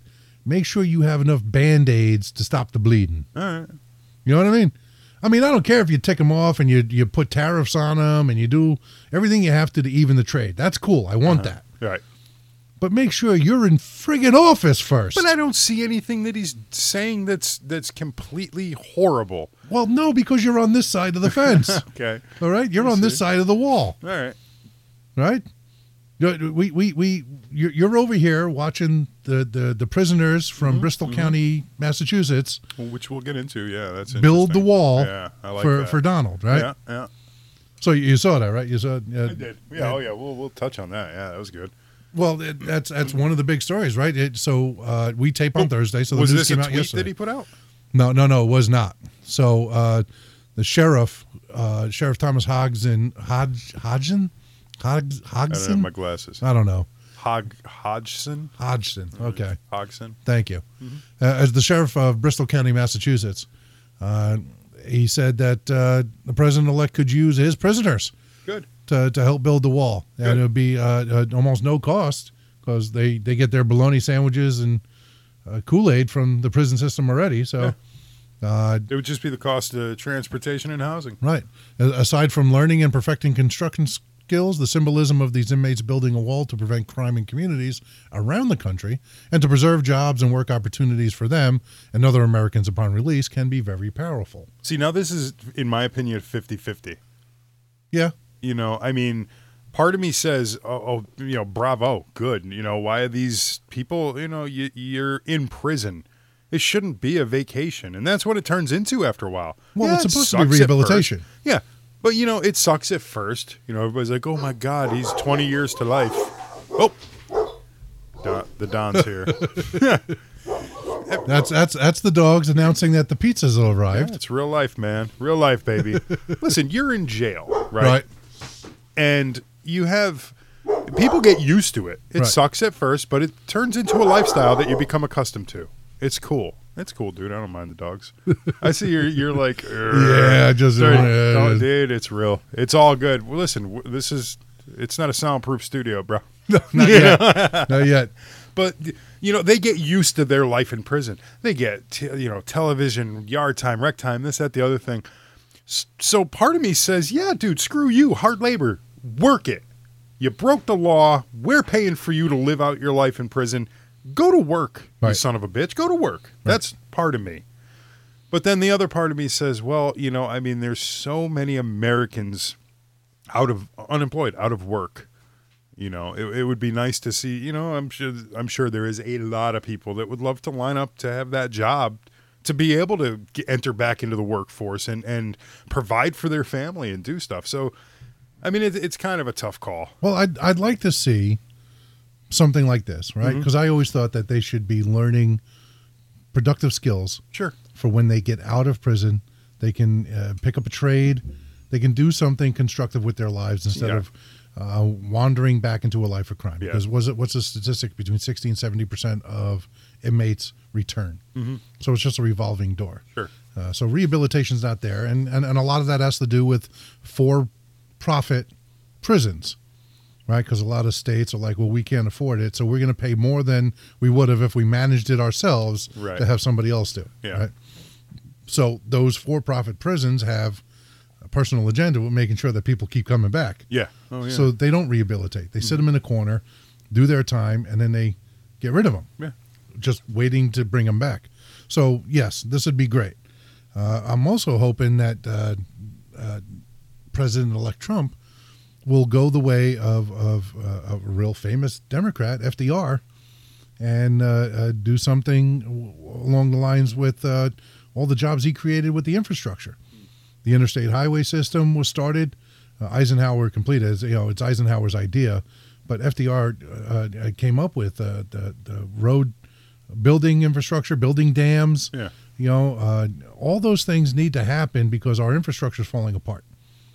S6: make sure you have enough band aids to stop the bleeding.
S7: All right.
S6: You know what I mean? I mean, I don't care if you tick them off and you you put tariffs on them and you do everything you have to to even the trade. That's cool. I want that.
S7: All right.
S6: But make sure you're in friggin' office first.
S7: But I don't see anything that he's saying that's that's completely horrible.
S6: Well, no, because you're on this side of the fence.
S7: Okay.
S6: All right, you're
S7: I
S6: on this
S7: see.
S6: side of the wall,
S7: All right.
S6: right? You- We we we you're you're over here watching the the, the prisoners
S7: Mm-hmm.
S6: from Bristol County, Massachusetts,
S7: Well, which we'll get into. Yeah, that's
S6: build the
S7: interesting.
S6: wall
S7: Yeah, I like
S6: for
S7: that.
S6: for Donald, right?
S7: Yeah, yeah.
S6: So you saw that, right? You saw. Uh,
S7: I did. Yeah, oh yeah. We'll we'll touch on that. Yeah, that was good.
S6: Well, it, that's that's one of the big stories, right? It, so uh, we tape on Thursday, so the
S7: was
S6: news
S7: this
S6: came
S7: a
S6: out
S7: tweet
S6: yesterday.
S7: that he put out?
S6: No, no, no, it was not. So uh, the sheriff, uh, Sheriff Thomas Hogs and Hodge, Hodgson, Hogs,
S7: I don't have my
S6: Hodgson.
S7: glasses.
S6: I don't know.
S7: Hog Hodgson.
S6: Hodgson. Okay,
S7: Hodgson.
S6: thank you. Uh, as the sheriff of Bristol County, Massachusetts, uh, he said that uh, the president-elect could use his prisoners
S7: Good.
S6: to, to help build the wall,
S7: Good.
S6: and it would be uh, uh, almost no cost because they they get their bologna sandwiches and uh, Kool Aid from the prison system already. So, uh,
S7: It would just be the cost of transportation and housing.
S6: right. A- Aside from learning and perfecting construction skills, the symbolism of these inmates building a wall to prevent crime in communities around the country and to preserve jobs and work opportunities for them and other Americans upon release can be very powerful.
S7: See, now this is, in my opinion, 50 50.
S6: Yeah.
S7: You know, I mean, part of me says, oh, oh, you know, bravo, good. You know, why are these people, you know, you, you're in prison? It shouldn't be a vacation. And that's what it turns into after a while.
S6: Well, it's
S7: it
S6: supposed to
S7: sucks
S6: be
S7: at first.
S6: rehabilitation.
S7: Yeah. But, you know, it sucks at first. You know, everybody's like, oh my God, he's 20 years to life. Oh, Don, the Don's here.
S6: That's that's that's the dogs announcing that the pizzas have arrived.
S7: It's real life, man. Real life, baby. Listen, you're in jail, right?
S6: Right.
S7: And you have people get used to it. It
S6: Right.
S7: sucks at first, but it turns into a lifestyle that you become accustomed to. It's cool. It's cool, dude. I don't mind the dogs. I see you're you're like
S6: Yeah, I just-
S7: Sorry.
S6: yeah,
S7: No,
S6: yeah.
S7: dude. It's real. It's all good. Well, listen, w- this is it's not a soundproof studio, bro.
S6: Not yet. Not yet.
S7: But you know, they get used to their life in prison. They get t- you know television, yard time, rec time, this, that, the other thing. S- So part of me says, yeah, dude, screw you, hard labor, work it. You broke the law. We're paying for you to live out your life in prison. Go to work, you
S6: Right.
S7: son of a bitch. Go to work. That's part of me. But then the other part of me says, well, you know, I mean, there's so many Americans out of unemployed, out of work. You know, it, it would be nice to see. You know, I'm sure I'm sure there is a lot of people that would love to line up to have that job, to be able to g enter back into the workforce and and provide for their family and do stuff. So, I mean, it, it's kind of a tough call.
S6: Well, I'd, I'd like to see something like this, right? Because I always thought that they should be learning productive skills
S7: Sure.
S6: for when they get out of prison. They can uh, pick up a trade, they can do something constructive with their lives instead
S7: Yeah.
S6: of uh, wandering back into a life of crime.
S7: Yeah.
S6: Because was it what's the statistic between 60 and 70 percent of inmates return? Mm-hmm. So it's just a revolving door.
S7: Sure.
S6: Uh, so rehabilitation's not there, and, and and a lot of that has to do with for-profit prisons, right? Because a lot of states are like, well, we can't afford it, so we're going to pay more than we would have if we managed it ourselves
S7: Right.
S6: to have somebody else do. it,
S7: Yeah.
S6: Right? So those for-profit prisons have a personal agenda with making sure that people keep coming back.
S7: Yeah. Oh yeah. Mm-hmm.
S6: So they don't rehabilitate; they sit them in a corner, do their time, and then they get rid of them
S7: yeah.
S6: just waiting to bring them back. So yes, this would be great. Uh, I'm also hoping that uh, uh, President-elect Trump will go the way of of, uh, of a real famous Democrat, FDR, and uh, uh, do something w- along the lines with uh, all the jobs he created with the infrastructure. The interstate highway system was started. Uh, Eisenhower completed. As, you know, it's Eisenhower's idea, but FDR uh, uh, came up with uh, the the road building infrastructure, building dams.
S7: Yeah.
S6: You know, uh, all those things need to happen because our infrastructure is falling apart.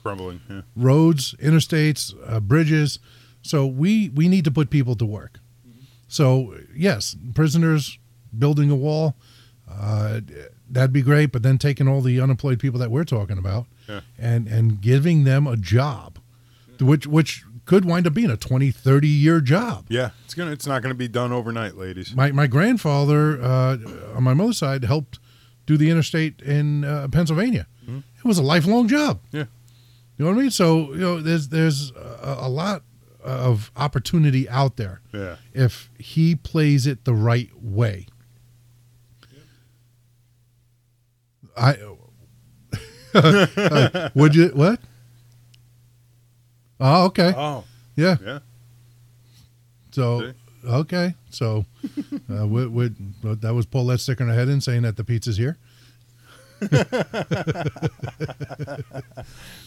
S7: Crumbling. Yeah.
S6: roads, interstates, uh, bridges. So we we need to put people to work. So yes, prisoners building a wall, uh, that'd be great. But then taking all the unemployed people that we're talking about,
S7: Yeah.
S6: and and giving them a job, which which could wind up being a 20, 30 year job.
S7: Yeah. It's gonna. It's not gonna be done overnight, ladies.
S6: My my grandfather uh, on my mother's side helped do the interstate in uh, Pennsylvania. It was a lifelong job.
S7: Mm-hmm. Yeah.
S6: You know what I mean? So you know, there's there's a, a lot of opportunity out there
S7: Yeah.
S6: if he plays it the right way. I would you what? Oh, okay,
S7: Oh.
S6: yeah.
S7: Yeah.
S6: So
S7: See?
S6: okay, so uh, we, we, that was Paulette sticking her head in saying that the pizza's here.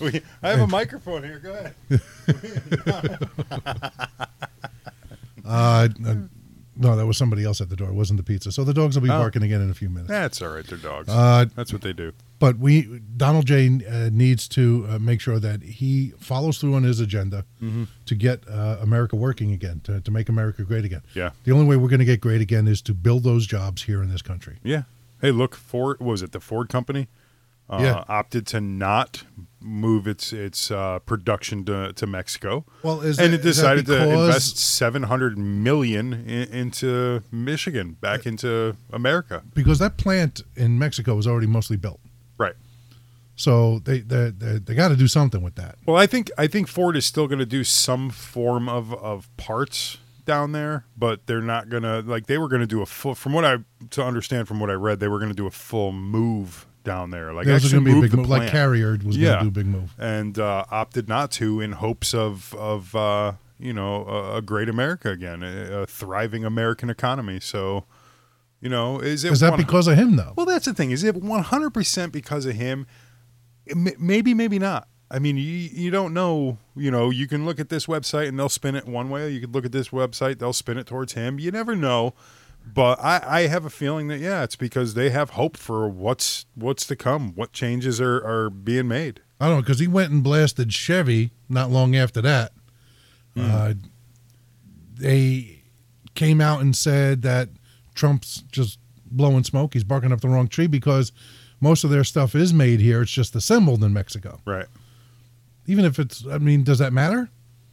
S7: We, I have a microphone here. Go ahead.
S6: Uh, uh, no, that was somebody else at the door. It wasn't the pizza. So the dogs will be
S7: Oh.
S6: barking again in a few minutes.
S7: That's all right. They're dogs.
S6: Uh,
S7: That's what they do.
S6: but we Donald J uh, needs to uh, make sure that he follows through on his agenda
S7: Mm-hmm.
S6: to get uh, America working again, to, to make America great again.
S7: Yeah.
S6: The only way we're going to get great again is to build those jobs here in this country.
S7: Yeah. Hey, look, Ford what was it the Ford company uh,
S6: Yeah.
S7: opted to not move its its uh, production to, to Mexico.
S6: Well, is
S7: and
S6: that-
S7: it
S6: is that
S7: decided to
S6: because-
S7: invest 700 million in, into Michigan back into America.
S6: Because that plant in Mexico is already mostly built.
S7: Right.
S6: So they they, they, they got to do something with that.
S7: Well, I think I think Ford is still going to do some form of of parts down there, but they're not going to like they were going to do a full from what I to understand from what I read, they were going to do a full move down there. Like
S6: Those are
S7: actually
S6: gonna be a
S7: move
S6: big
S7: the
S6: move, like
S7: plant.
S6: Carrier was
S7: Yeah.
S6: going to do a big move.
S7: and uh, opted not to in hopes of of uh, you know a, a great America again, a, a thriving American economy. So, you know, is it
S6: Is that
S7: one-
S6: because of him though?
S7: Well, that's the thing. Is it one hundred percent because of him? It may- Maybe, maybe not. I mean, you you don't know. You know, you can look at this website and they'll spin it one way. You could look at this website, they'll spin it towards him. You never know. But I, I have a feeling that yeah, it's because they have hope for what's what's to come, what changes are, are being made.
S6: I don't know because he went and blasted Chevy not long after that.
S7: Hmm.
S6: Uh, they came out and said that Trump's just blowing smoke. He's barking up the wrong tree because most of their stuff is made here. It's just assembled in Mexico.
S7: Right.
S6: Even if it's, I mean, does that matter?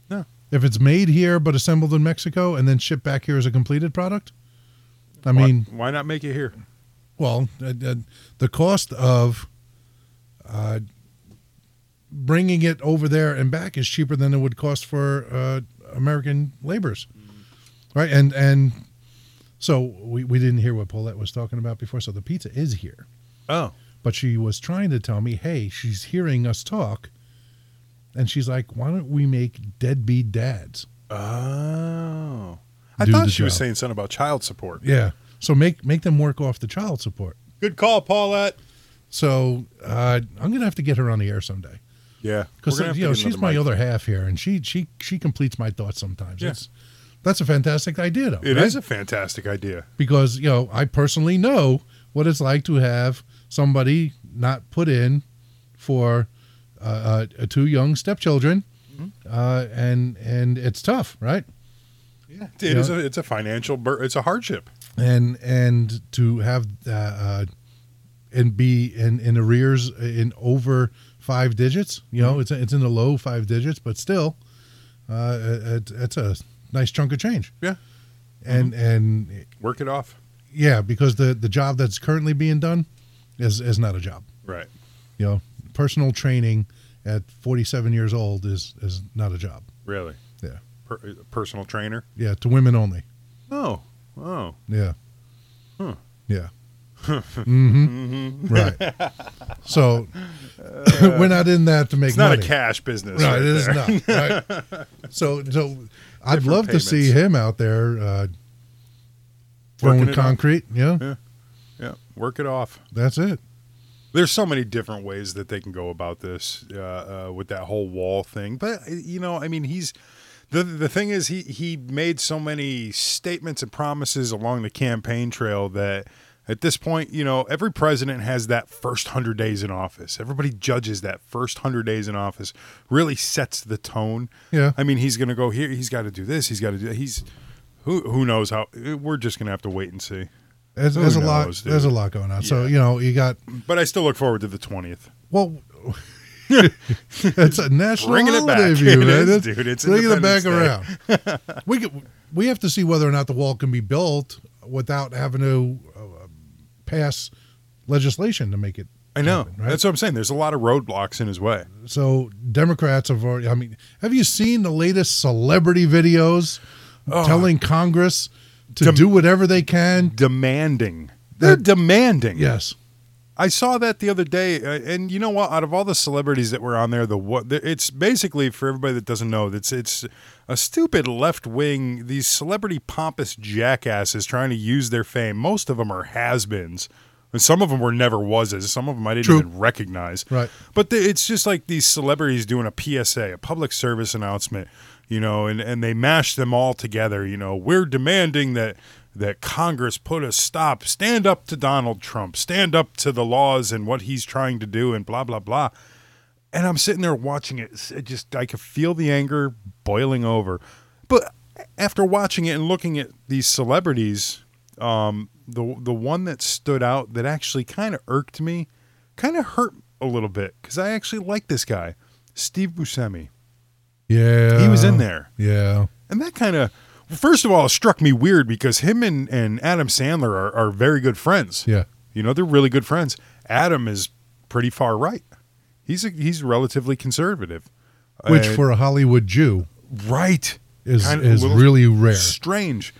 S7: No.
S6: If it's made here but assembled in Mexico and then shipped back here as a completed product, I
S7: Why-
S6: mean,
S7: why, not make it here?
S6: well, uh, uh, the cost of uh, bringing it over there and back is cheaper than it would cost for uh, American laborers, right? And and so we, we didn't hear what Paulette was talking about before. So the pizza is here,
S7: Oh,
S6: but she was trying to tell me, hey, she's hearing us talk, and she's like, why don't we make deadbeat dads?
S7: oh. I
S6: Do
S7: thought
S6: the
S7: she was
S6: job.
S7: saying something about child support.
S6: Yeah. So make make them work off the child support.
S7: Good call, Paulette.
S6: So uh, I'm gonna have to get her on the air someday.
S7: Yeah,
S6: because
S7: We're gonna have
S6: you know
S7: to get
S6: she's
S7: another
S6: my
S7: mic.
S6: other half here, and she she she completes my thoughts sometimes.
S7: Yeah.
S6: That's that's a fantastic idea, though.
S7: It is
S6: right?
S7: a fantastic idea.
S6: because you know I personally know what it's like to have somebody not put in for uh, uh, two young stepchildren,
S7: Mm-hmm.
S6: uh, and and it's tough, right?
S7: Yeah, it
S6: Yeah.
S7: is A, it's a financial. Bur- it's a hardship.
S6: And and to have uh, uh, and be in in arrears in over five digits, you know, it's it's in the low five digits, but still, uh, it, it's a nice chunk of change.
S7: Yeah,
S6: and and
S7: work it off.
S6: yeah, because the the job that's currently being done is is not a job.
S7: Right.
S6: You know, personal training at 47 years old is is not a job.
S7: Really.
S6: Yeah,
S7: Per-
S6: uh,
S7: personal trainer.
S6: yeah, to women only.
S7: Oh. Oh.
S6: Yeah,
S7: Huh. Mm-hmm.
S6: yeah. hmm Right. So we're not in that to make
S7: It's not
S6: money.
S7: a cash business.
S6: No,
S7: right
S6: it is
S7: there.
S6: not. Right? so, so I'd
S7: Different
S6: love to see
S7: payments.
S6: him out there uh,
S7: Working
S6: throwing
S7: it out.
S6: concrete. Yeah,
S7: Yeah. Yeah, work it off.
S6: that's it.
S7: There's so many different ways that they can go about this uh, uh, with that whole wall thing. But uh, you know, I mean, he's the the thing is he he made so many statements and promises along the campaign trail that At this point, you know, every president has that first 100 days in office. Everybody judges that first 100 days in office really sets the tone.
S6: Yeah.
S7: I mean, he's going to go here, he's got to do this, he's got to do that. He's who who knows how we're just going to have to wait and see.
S6: There's,
S7: Who
S6: there's a lot.
S7: knows, dude?
S6: There's a lot going on. So you know, you got
S7: But I still look forward to the 20th.
S6: well. it's a national
S7: Bringing it
S6: holiday
S7: back.
S6: view,
S7: It
S6: man.
S7: is,
S6: It's-
S7: dude. It's
S6: bringing it back around.
S7: Independence
S6: we could, we have to see whether or not the wall can be built without having to uh, pass legislation to make it.
S7: I know.
S6: happen, right?
S7: That's what I'm saying. There's a lot of roadblocks in his way.
S6: So Democrats have already. I mean, have you seen the latest celebrity videos telling Congress to
S7: Oh. Dem-
S6: do whatever they can?
S7: Demanding. They're demanding.
S6: Yes.
S7: I saw that the other day, uh, and you know what? Out of all the celebrities that were on there, the what? It's basically for everybody that doesn't know. It's it's a stupid left wing. These celebrity pompous jackasses trying to use their fame. Most of them are has-beens. And some of them were never wases. Some of them I didn't
S6: True.
S7: even recognize.
S6: Right.
S7: But the, it's just like these celebrities doing a PSA, a public service announcement, you know, and, and they mash them all together. You know, we're demanding that that Congress put a stop, stand up to Donald Trump, stand up to the laws and what he's trying to do, and blah blah blah. And I'm sitting there watching it. It just I could feel the anger boiling over. But after watching it and looking at these celebrities, um, the the one that stood out that actually kind of irked me, kind of hurt a little bit because I actually like this guy, Steve Buscemi.
S6: Yeah.
S7: He was
S6: Uh.
S7: in there,
S6: Yeah.
S7: and that kind of first of all it struck me weird because him and and Adam Sandler are, are very good friends.
S6: Yeah.
S7: You know, they're really good friends. Adam is pretty far right. He's a, he's relatively conservative,
S6: Which
S7: Uh,
S6: for a Hollywood Jew
S7: right
S6: is
S7: Kinda
S6: is
S7: a little
S6: really rare.
S7: strange.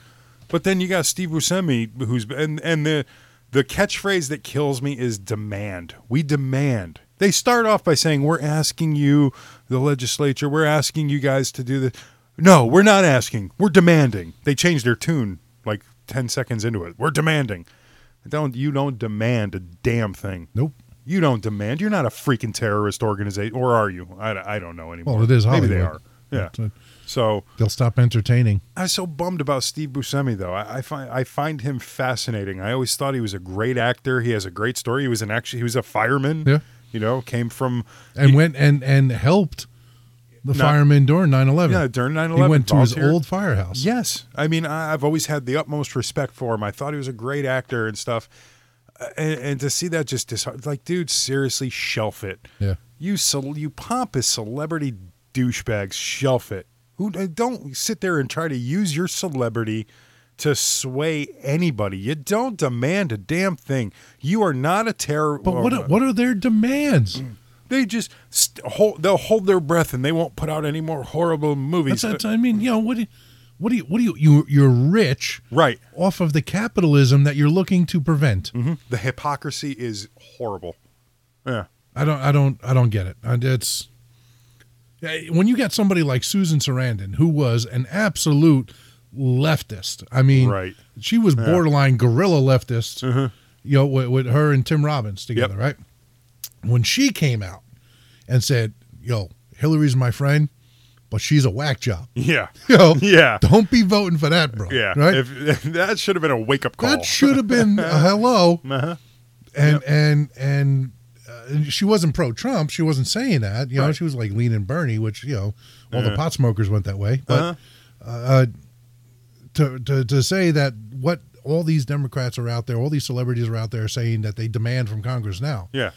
S7: But then you got Steve Buscemi, who's and and the the catchphrase that kills me is demand. We demand. They start off by saying we're asking you, the legislature, we're asking you guys to do this. No, we're not asking. We're demanding. They change their tune like ten seconds into it. We're demanding. Don't you don't demand a damn thing.
S6: Nope.
S7: You don't demand. You're not a freaking terrorist organization, or are you? I, I don't know anymore.
S6: Well, it is Hollywood.
S7: Maybe they are. Yeah.
S6: But, uh,
S7: So
S6: They'll stop entertaining.
S7: I was so bummed about Steve Buscemi though. I, I find I find him fascinating. I always thought he was a great actor. He has a great story. He was an actually he was a fireman.
S6: Yeah.
S7: You know, came from
S6: And went and and helped the
S7: Not-
S6: firemen during 9/11.
S7: yeah during 9-11.
S6: He went to
S7: volunteered.
S6: his old firehouse.
S7: Yes, I mean I, I've always had the utmost respect for him. I thought he was a great actor and stuff. Uh, And, and to see that just disheart- like, dude, seriously, shelf it.
S6: Yeah.
S7: You cel- you pompous celebrity douchebags, shelf it. Who uh, don't sit there and try to use your celebrity to sway anybody. You don't demand a damn thing. You are not a terror.
S6: But
S7: or-
S6: what what are their demands?
S7: Mm, they just st- hold. They'll hold their breath and they won't put out any more horrible movies.
S6: That's, that's, I mean, you know, what do you, what do you, what do you, you you're rich
S7: Uh, right.
S6: off of the capitalism that you're looking to prevent.
S7: The hypocrisy is horrible. Yeah.
S6: I don't, I don't, I don't get it. I- It's Yeah, when you got somebody like Susan Sarandon, who was an absolute leftist. I mean,
S7: Right. Mm-hmm.
S6: She was borderline guerrilla leftist. You know, with, with her and Tim Robbins together, right? When she came out and said, "Yo, Hillary's my friend, but she's a whack job."
S7: Yeah.
S6: You know,
S7: Yeah.
S6: Don't be voting for that, bro.
S7: Yeah.
S6: Right.
S7: If, that should have been a wake up call. Uh-huh.
S6: That should have been a hello. And, and and uh, she wasn't pro Trump. She wasn't saying that. You know,
S7: Right.
S6: she was like lean and Bernie, which you know, all the pot smokers went that way. But uh
S7: Uh-huh.
S6: to, to to say that what all these Democrats are out there, all these celebrities are out there saying that they demand from Congress now.
S7: yeah.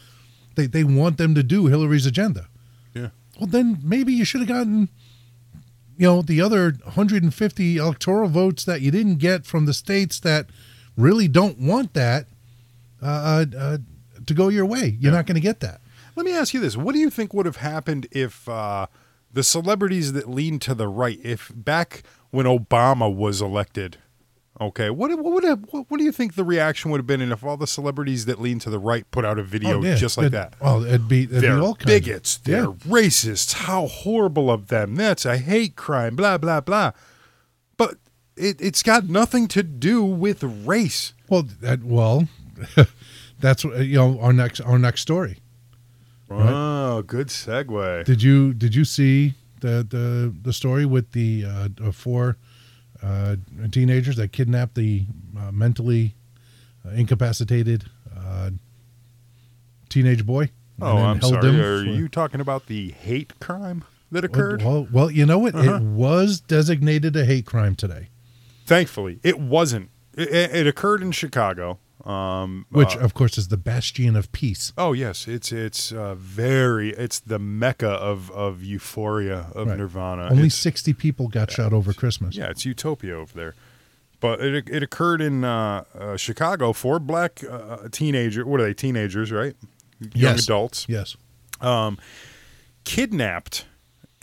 S6: They they want them to do Hillary's agenda.
S7: Yeah.
S6: Well, then maybe you should have gotten, you know, the other 150 electoral votes that you didn't get from the states that really don't want that uh, uh, uh, to go your way. You're not going to get that.
S7: Let me ask you this: What do you think would have happened if uh, the celebrities that lean to the right, if back when Obama was elected, okay, what what would have, what, what do you think the reaction would have been, and if all the celebrities that lean to the right put out a video
S6: Oh, yeah.
S7: just like
S6: It-
S7: that?
S6: Well, it'd be, it'd be
S7: they're
S6: all kinds of-
S7: bigots.
S6: Yeah.
S7: They're racists. How horrible of them. That's a hate crime. Blah blah blah. But it, it's got nothing to do with race.
S6: Well, that, well, that's what, you know our next our next story.
S7: Oh, good segue.
S6: Did you did you see the the, the story with the uh, uh, four uh, teenagers that kidnapped the uh, mentally uh, incapacitated uh, teenage boy. and
S7: Oh,
S6: then
S7: I'm
S6: held
S7: sorry.
S6: him
S7: Are
S6: for-
S7: you talking about the hate crime that
S6: Well,
S7: occurred?
S6: well, well, you know what?
S7: Uh-huh.
S6: It was designated a hate crime today,
S7: Thankfully, it wasn't. It, it it occurred in Chicago. Um,
S6: which,
S7: uh,
S6: of course, is the bastion of peace.
S7: oh yes, it's it's uh, very it's the mecca of of euphoria of
S6: Right.
S7: Nirvana.
S6: Only
S7: uh, It's-
S6: 60 people got shot over Christmas.
S7: Yeah, it's utopia over there. But it, it occurred in uh, uh, Chicago. Four black uh, teenager, what are they? Teenagers, right? Young
S6: Yes.
S7: adults
S6: Yes.
S7: kidnapped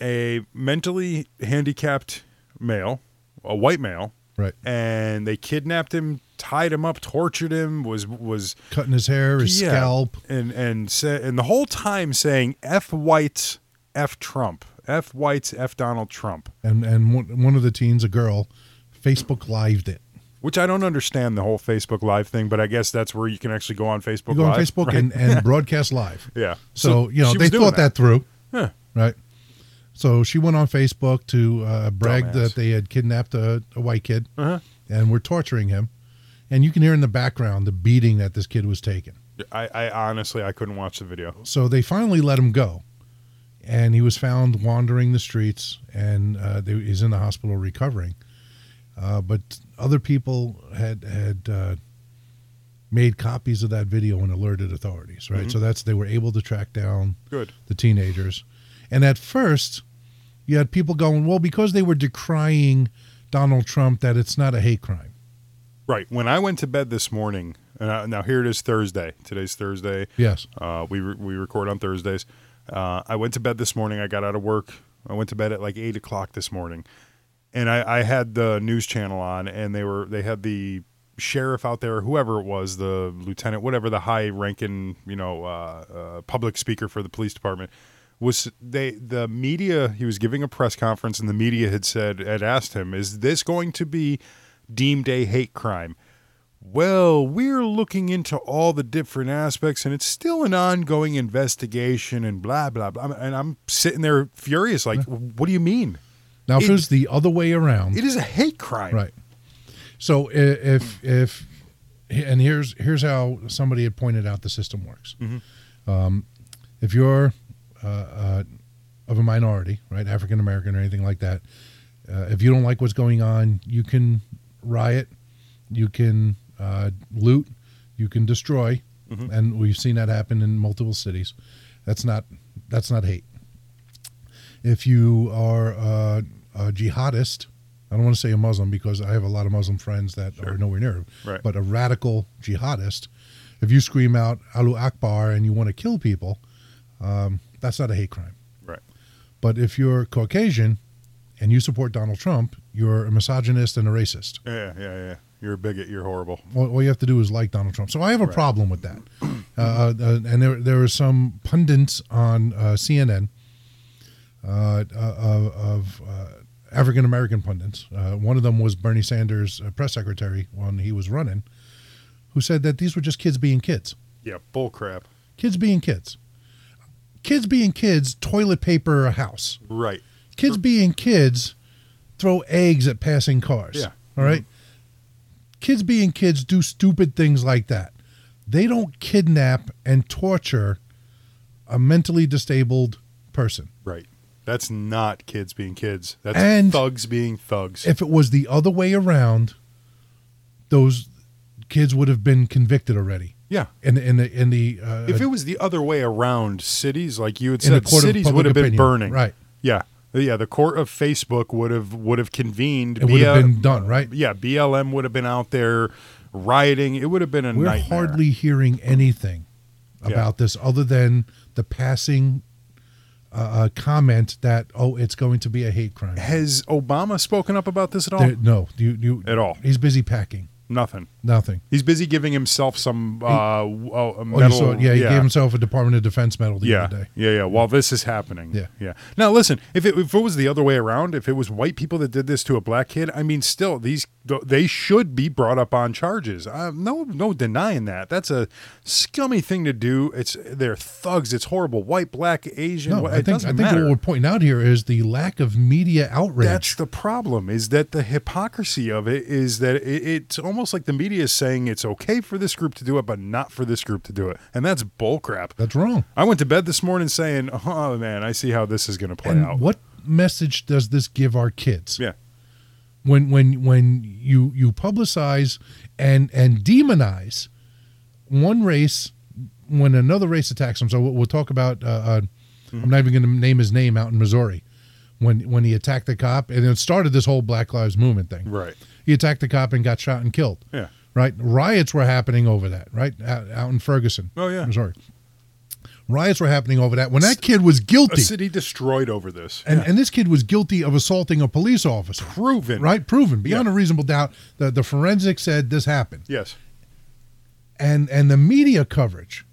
S7: a mentally handicapped male, a white male,
S6: Right.
S7: and they kidnapped him, tied him up, tortured him, was was
S6: Cutting his hair, his
S7: yeah,
S6: scalp.
S7: and and sa- and the whole time saying "f whites, f Trump, f whites, f Donald Trump,"
S6: And, and one, one of the teens, a girl, Facebook lived it.
S7: which I don't understand the whole Facebook Live thing, but I guess that's where you can actually go on Facebook.
S6: You go on
S7: Live,
S6: Facebook
S7: right?
S6: and, and broadcast live.
S7: yeah,
S6: So, you know,
S7: she
S6: they
S7: was doing
S6: thought that, through.
S7: Huh.
S6: Right. So she went on Facebook to uh, brag
S7: Dumbass. Uh-huh.
S6: that they had kidnapped a, a white kid and were torturing him. And you can hear in the background the beating that this kid was taking.
S7: I, I honestly I couldn't watch the video.
S6: So they finally let him go. And he was found wandering the streets and uh, they, he's in the hospital recovering. Uh, but other people had, had uh, made copies of that video and alerted authorities, right? So that's they were able to track down
S7: Mm-hmm. Good.
S6: the teenagers. And at first, you had people going, well, because they were decrying Donald Trump, that it's not a hate crime.
S7: Right. When I went to bed this morning, and I, now here it is Thursday. Today's Thursday.
S6: Yes.
S7: Uh, we re- we record on Thursdays. Uh, I went to bed this morning. I got out of work. I went to bed at like eight o'clock this morning, and I, I had the news channel on, and they were they had the sheriff out there, whoever it was, the lieutenant, whatever the high ranking, you know, uh, uh, public speaker for the police department was they the media he was giving a press conference and the media had said had asked him is this going to be deemed a hate crime well, we're looking into all the different aspects, and it's still an ongoing investigation, and blah blah blah. And I'm sitting there furious, like, what do you mean?
S6: Now, if
S7: It-
S6: it was the other way around,
S7: It is a hate crime,
S6: Right. So i- if if and here's here's how somebody had pointed out the system works. Um, if you're uh, uh, of a minority, right, African American or anything like that, uh, if you don't like what's going on, you can riot, you can uh, loot, you can destroy, and we've seen that happen in multiple cities. That's not that's not hate if you are a, a jihadist, I don't want to say a Muslim because I have a lot of Muslim friends that are nowhere near,
S7: Right.
S6: but a radical jihadist, if you scream out Alu Akbar and you want to kill people, um, that's not a hate crime.
S7: Right.
S6: But if you're Caucasian and you support Donald Trump, you're a misogynist and a racist.
S7: Yeah, yeah, yeah. You're a bigot. You're horrible.
S6: All, all you have to do is like Donald Trump. So I have a problem with that. Uh, uh, and there, there were some pundits on uh, CNN uh, uh, of, of uh, African American pundits. Uh, one of them was Bernie Sanders' uh, press secretary when he was running, who said that these were just kids being kids.
S7: Yeah, bull crap.
S6: Kids being kids. Kids being kids, toilet paper a house
S7: Right.
S6: kids being kids throw eggs at passing cars.
S7: Yeah.
S6: All right? Kids being kids do stupid things like that. They don't kidnap and torture a mentally disabled person.
S7: Right. That's not kids being kids. That's
S6: And-
S7: thugs being thugs.
S6: If it was the other way around, those kids would have been convicted already.
S7: yeah.
S6: In the in the in the uh,
S7: If it was the other way around, cities like you had
S6: In the
S7: said,
S6: court of
S7: cities
S6: public
S7: would have been
S6: opinion.
S7: burning.
S6: Right.
S7: Yeah. Yeah. The court of Facebook would have would have convened.
S6: it would have
S7: via-
S6: been done, right?
S7: yeah, BLM would have been out there rioting. It would have been a
S6: We're
S7: nightmare.
S6: hardly hearing anything
S7: Yeah.
S6: about this other than the passing uh, uh, comment that oh, it's going to be a hate crime.
S7: Has Obama spoken up about this at all?
S6: There- no, you, you
S7: At all.
S6: He's busy packing.
S7: Nothing.
S6: Nothing.
S7: He's busy giving himself some uh, w- oh, a
S6: Oh, you
S7: medal.
S6: saw, it. yeah, he
S7: yeah.
S6: gave himself a Department of Defense medal the
S7: yeah,
S6: other day.
S7: yeah, yeah. While this is happening,
S6: Yeah.
S7: yeah. Now listen, if it, if it was the other way around, if it was white people that did this to a black kid, I mean, still these th- they should be brought up on charges. Uh, no, no denying that. That's a scummy thing to do. It's they're thugs. It's horrible. White, black, Asian.
S6: No,
S7: wh-
S6: I
S7: it
S6: think I
S7: doesn't
S6: think
S7: matter.
S6: what we're pointing out here is the lack of media outrage.
S7: That's the problem is that the hypocrisy of it is that it, it's almost like the media is saying it's okay for this group to do it, but not for this group to do it. And that's bullcrap.
S6: That's wrong.
S7: I went to bed this morning saying, oh man, I see how this is going to play
S6: And
S7: out.
S6: what message does this give our kids?
S7: Yeah.
S6: When when when you you publicize and and demonize one race when another race attacks them. So we'll, we'll talk about. Uh, uh, I'm not even going to name his name out in Missouri when when he attacked the cop and it started this whole Black Lives Movement thing.
S7: Right.
S6: He attacked the cop and got shot and killed.
S7: Yeah.
S6: Right. Riots were happening over that. Right out, out in Ferguson.
S7: Oh, yeah.
S6: Missouri. Riots were happening over that when that kid was guilty.
S7: A city destroyed over this.
S6: And, and this kid was guilty of assaulting a police officer.
S7: Proven.
S6: Right? Proven beyond
S7: Yeah.
S6: a reasonable doubt. The, the forensic said this happened.
S7: Yes.
S6: And and the media coverage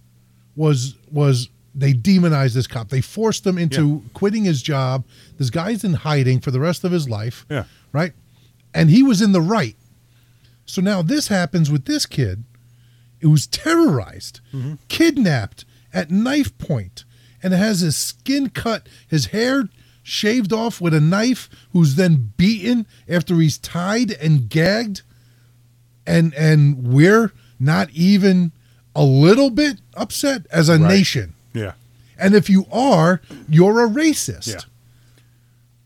S6: was was they demonized this cop. They forced him into quitting his job. This guy's in hiding for the rest of his life.
S7: Yeah.
S6: Right? And he was in the right. So now this happens with this kid who was terrorized, kidnapped at knife point, and has his skin cut, his hair shaved off with a knife, who's then beaten after he's tied and gagged. And and we're not even a little bit upset as a nation.
S7: Yeah.
S6: And if you are, you're a racist.
S7: Yeah.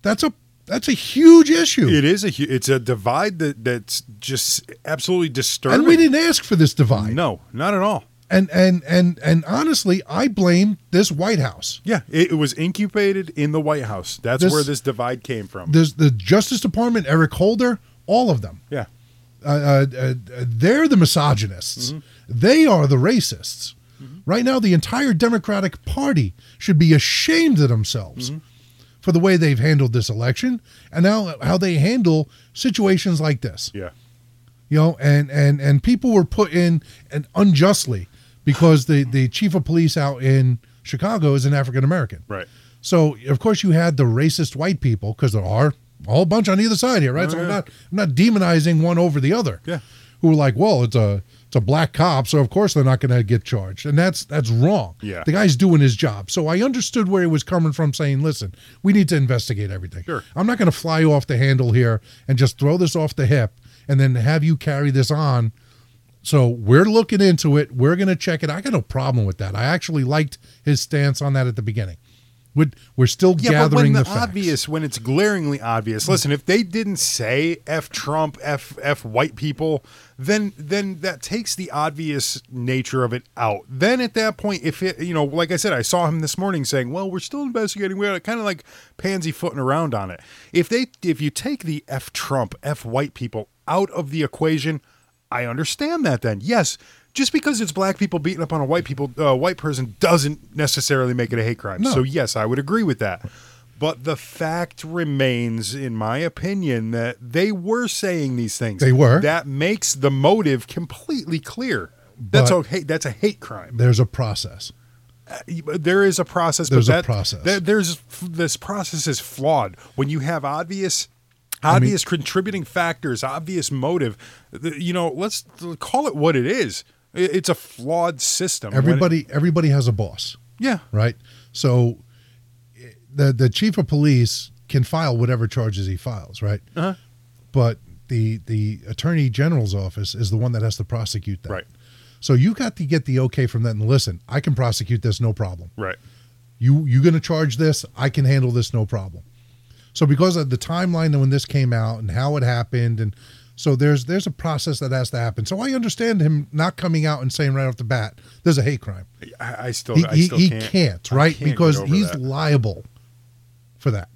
S6: That's a that's a huge issue.
S7: It is a hu- it's a divide that that's just absolutely disturbing.
S6: and we didn't ask for this divide.
S7: No, not at all.
S6: And and and and honestly, I blame this White House.
S7: Yeah, it, it was incubated in the White House. That's
S6: This-
S7: where this divide came from.
S6: There's the Justice Department, Eric Holder, all of them.
S7: yeah.
S6: Uh, uh, uh, they're the
S7: Mm-hmm.
S6: misogynists. They are the racists. Right now, the entire Democratic Party should be ashamed of themselves
S7: Mm-hmm.
S6: for the way they've handled this election and now how they handle situations like this.
S7: Yeah.
S6: you know and and and people were put in and unjustly because the the chief of police out in chicago is an african american
S7: Right.
S6: so of course you had the racist white people because there are a whole bunch on either side here right so
S7: Oh,
S6: i'm
S7: yeah.
S6: not i'm not demonizing one over the other
S7: Yeah.
S6: who were like well it's a it's a black cop so of course they're not going to get charged and that's that's wrong
S7: Yeah.
S6: the guy's doing his job so i understood where he was coming from saying listen we need to investigate everything
S7: Sure.
S6: I'm not going to fly off the handle here and just throw this off the hip and then have you carry this on. So we're looking into it. We're going to check it. I got no problem with that. I actually liked his stance on that at the beginning. Would we're still
S7: Yeah, but
S6: gathering
S7: when the,
S6: the, facts.
S7: obvious, when it's glaringly obvious. Listen, if they didn't say "f Trump," "f f white people," then then that takes the obvious nature of it out. Then at that point, if it, you know, like I said, I saw him this morning saying, "Well, we're still investigating." We're kind of like pansy footing around on it. If they, if you take the "f Trump," "f white people" out of the equation, I understand that. Then yes. Just because it's black people beating up on a white people, uh, white person doesn't necessarily make it a hate crime.
S6: No.
S7: So yes, I would agree with that. But the fact remains, in my opinion, that they were saying these things.
S6: They were.
S7: That makes the motive completely clear. That's
S6: But-
S7: okay. That's a hate crime.
S6: There's a process.
S7: There is a process.
S6: There's a
S7: but that,
S6: process.
S7: there- there's this process is flawed when you have obvious, obvious contributing factors, obvious motive. th- You know, let's call it what it is. It- It's a flawed system. When it-
S6: Everybody everybody has a boss,
S7: yeah.
S6: right? So i- the the chief of police can file whatever charges he files, right?
S7: Uh-huh.
S6: But the the attorney general's office is the one that has to prosecute that.
S7: Right.
S6: So you got to get the okay from that and listen, I can prosecute this no problem.
S7: Right.
S6: You you going to charge this, I can handle this no problem. So because of the timeline when this came out and how it happened and so there's there's a process that has to happen. So I understand him not coming out and saying right off the bat there's a hate crime.
S7: I, I still,
S6: He,
S7: I
S6: he,
S7: still
S6: he
S7: can't,
S6: can't,
S7: I
S6: right?
S7: can't get
S6: because
S7: over
S6: he's
S7: that. Uh-huh.
S6: liable for that.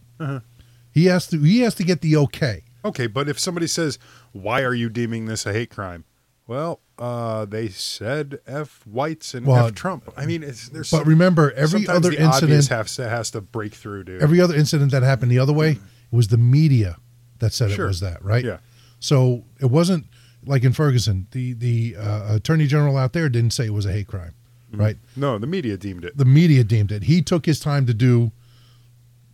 S6: He has to he has to get the okay.
S7: Okay, but if somebody says, "Why are you deeming this a hate crime?" Well, uh, they said "f whites" and
S6: Well,
S7: "f Trump." I mean, it's, there's
S6: But
S7: some-
S6: remember, every
S7: sometimes
S6: other
S7: the obvious
S6: incident
S7: has to, has to break through, dude.
S6: every other incident that happened the other way it was the media that said
S7: Sure.
S6: it was that right
S7: Yeah.
S6: so it wasn't like in ferguson the the uh, attorney general out there didn't say it was a hate crime
S7: Mm-hmm.
S6: right
S7: no, the media deemed it.
S6: the media deemed it he took his time to do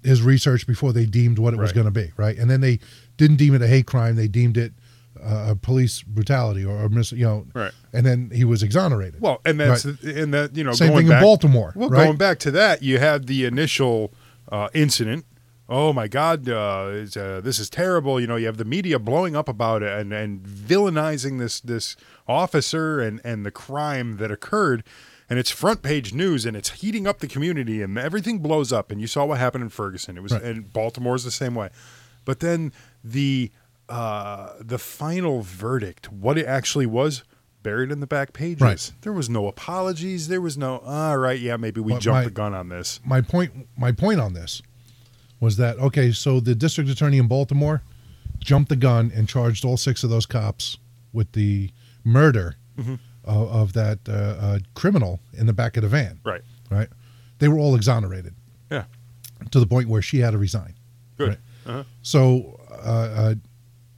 S6: his research before they deemed what it was
S7: Right.
S6: going to be right and then they didn't deem it a hate crime they deemed it uh, a police brutality or, or mis- you know
S7: Right.
S6: and then he was exonerated
S7: Well, and that's
S6: Right.
S7: and that you know
S6: Same
S7: going
S6: thing in
S7: back,
S6: Baltimore,
S7: Well,
S6: right?
S7: going back to that, you had the initial uh, incident oh my God, uh, it's, uh, this is terrible. You know, you have the media blowing up about it and, and villainizing this this officer and, and the crime that occurred. And it's front page news and it's heating up the community and everything blows up. And you saw what happened in Ferguson. It was and Baltimore's the same way. But then the uh, the final verdict, what it actually was, buried in the back pages.
S6: Right.
S7: There was no apologies. There was no, all right, yeah, maybe we
S6: But
S7: jumped
S6: my-
S7: the gun on this.
S6: my point my point on this was that okay so the district attorney in baltimore jumped the gun and charged all six of those cops with the murder
S7: Mm-hmm.
S6: of, of that uh, uh, criminal in the back of the van
S7: Right.
S6: right they were all exonerated
S7: Yeah.
S6: to the point where she had to resign
S7: Good. Uh-huh.
S6: Right. so uh, uh,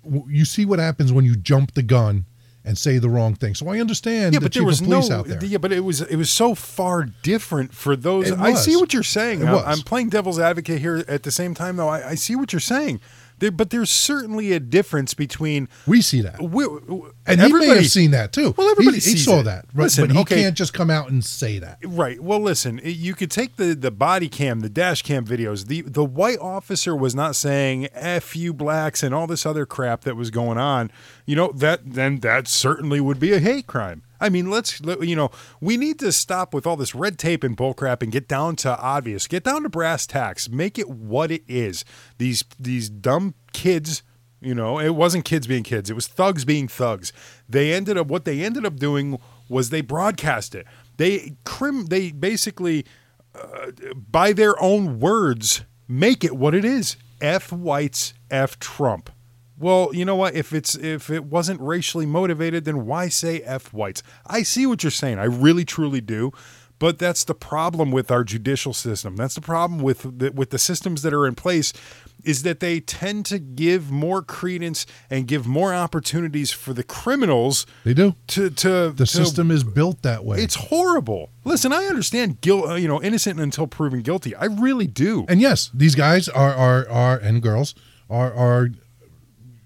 S6: w- you see what happens when you jump the gun and say the wrong thing so i understand
S7: Yeah,
S6: the
S7: but
S6: chief
S7: there was
S6: of police
S7: no.
S6: out there
S7: Yeah, but it was it was so far different for those.
S6: It
S7: I see
S6: was.
S7: what you're saying.
S6: It
S7: I-
S6: was.
S7: I'm playing devil's advocate here. At the same time, though, I, I see what you're saying. There, but there's certainly a difference between.
S6: we see that
S7: We, we-
S6: and he may have seen that too.
S7: Well, everybody
S6: he, he
S7: sees
S6: saw
S7: it.
S6: that, right?
S7: Listen,
S6: but he
S7: okay.
S6: can't just come out and say that.
S7: Right. Well, listen, it- you could take the, the body cam, the dash cam videos. The the white officer was not saying F you blacks and all this other crap that was going on. You know, that then that certainly would be a hate crime. I mean, let's let- you know, we need to stop with all this red tape and bullcrap and get down to obvious. Get down to brass tacks. Make it what it is. These these dumb kids you know, it wasn't kids being kids, it was thugs being thugs. They ended up what they ended up doing was they broadcast it. They crim they basically uh, by their own words make it what it is. F whites, F Trump. Well, you know what? If it's if it wasn't racially motivated, then why say F whites? I see what you're saying. I really truly do. But that's the problem with our judicial system. That's the problem with the, with the systems that are in place is that they tend to give more credence and give more opportunities for the criminals
S6: They do.
S7: to to
S6: The
S7: to-
S6: system is built that way.
S7: It's horrible. Listen, I understand guilt, uh, you know, innocent until proven guilty. I really do.
S6: and yes, these guys are are are and girls are are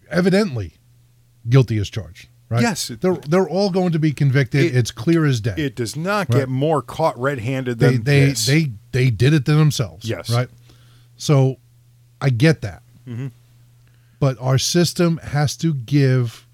S6: evidently guilty as charged. Right?
S7: Yes.
S6: they're they're all going to be convicted.
S7: It-
S6: it's clear as day.
S7: It does not
S6: Right.
S7: get more caught red-handed
S6: they
S7: than
S6: they
S7: this.
S6: they they did it to themselves.
S7: Yes. Mm-hmm.
S6: right. So, I get that, but our system has to give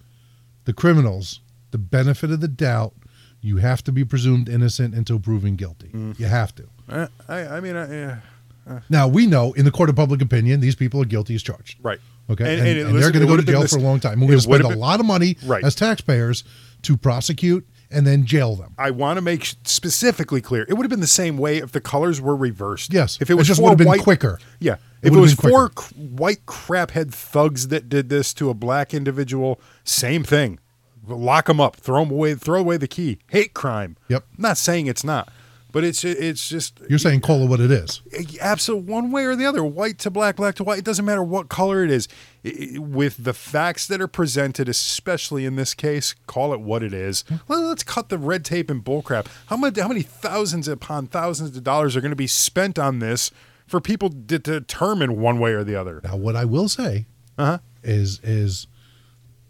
S6: the criminals the benefit of the doubt. You have to be presumed innocent until proven guilty. You have to.
S7: Uh, I, I mean, I, uh,
S6: Now we know in the court of public opinion, these people are guilty as charged.
S7: Right.
S6: Okay.
S7: And-
S6: And,
S7: and it-
S6: and
S7: listen, it
S6: they're going to go to
S7: would've been
S6: jail
S7: this-
S6: for a long time. We're
S7: it
S6: going to spend
S7: would've
S6: a
S7: been-
S6: lot of money
S7: Right.
S6: as taxpayers to prosecute and then jail them.
S7: I want to make sh- specifically clear. It would have been the same way if the colors were reversed.
S6: Yes.
S7: If it was
S6: just
S7: four
S6: would have been
S7: white,
S6: quicker.
S7: Yeah.
S6: It
S7: if it
S6: would've
S7: was
S6: been
S7: four c- white craphead thugs that did this to a black individual, same thing. Lock them up. Throw them away. Throw away the key. Hate crime.
S6: Yep.
S7: I'm not saying it's not, but it's it's just
S6: You're saying call it what it is.
S7: absolute one way or the other white to black black to white it doesn't matter what color it is I- I- with the facts that are presented especially in this case call it what it is
S6: Hmm.
S7: Let- let's cut the red tape and bullcrap how many how many thousands upon thousands of dollars are going to be spent on this for people to determine one way or the other
S6: Now, what I will say
S7: Uh-huh.
S6: is is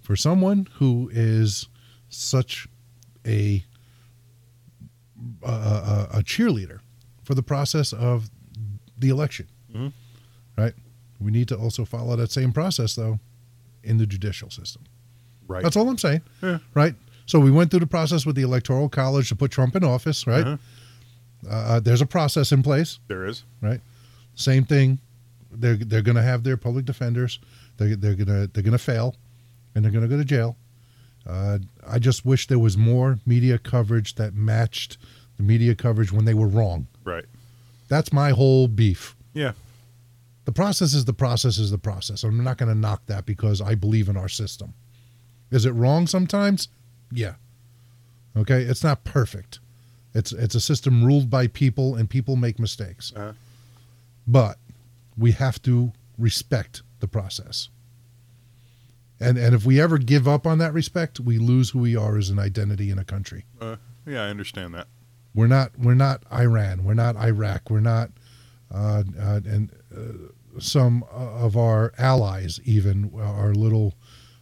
S6: for someone who is such a a, a, a cheerleader for the process of the election, right? We need to also follow that same process though in the judicial system.
S7: right
S6: That's all I'm saying. Right. So we went through the process with the electoral college to put Trump in office. Right. uh Uh, there's a process in place
S7: there is
S6: right? Same thing. They're they're going to have their public defenders. They they're gonna they're gonna fail, and they're gonna go to jail. Uh, I just wish there was more media coverage that matched the media coverage when they were wrong.
S7: right
S6: That's my whole beef.
S7: yeah
S6: The process is the process is the process. I'm not going to knock that because I believe in our system. Is it wrong sometimes? Yeah. Okay, it's not perfect. It's it's a system ruled by people and people make mistakes.
S7: Uh-huh.
S6: But we have to respect the process. And and if we ever give up on that respect, we lose who we are as an identity in a country.
S7: uh, yeah i understand that
S6: We're not we're not Iran. We're not Iraq. We're not uh, uh, and uh, some of our allies even are a little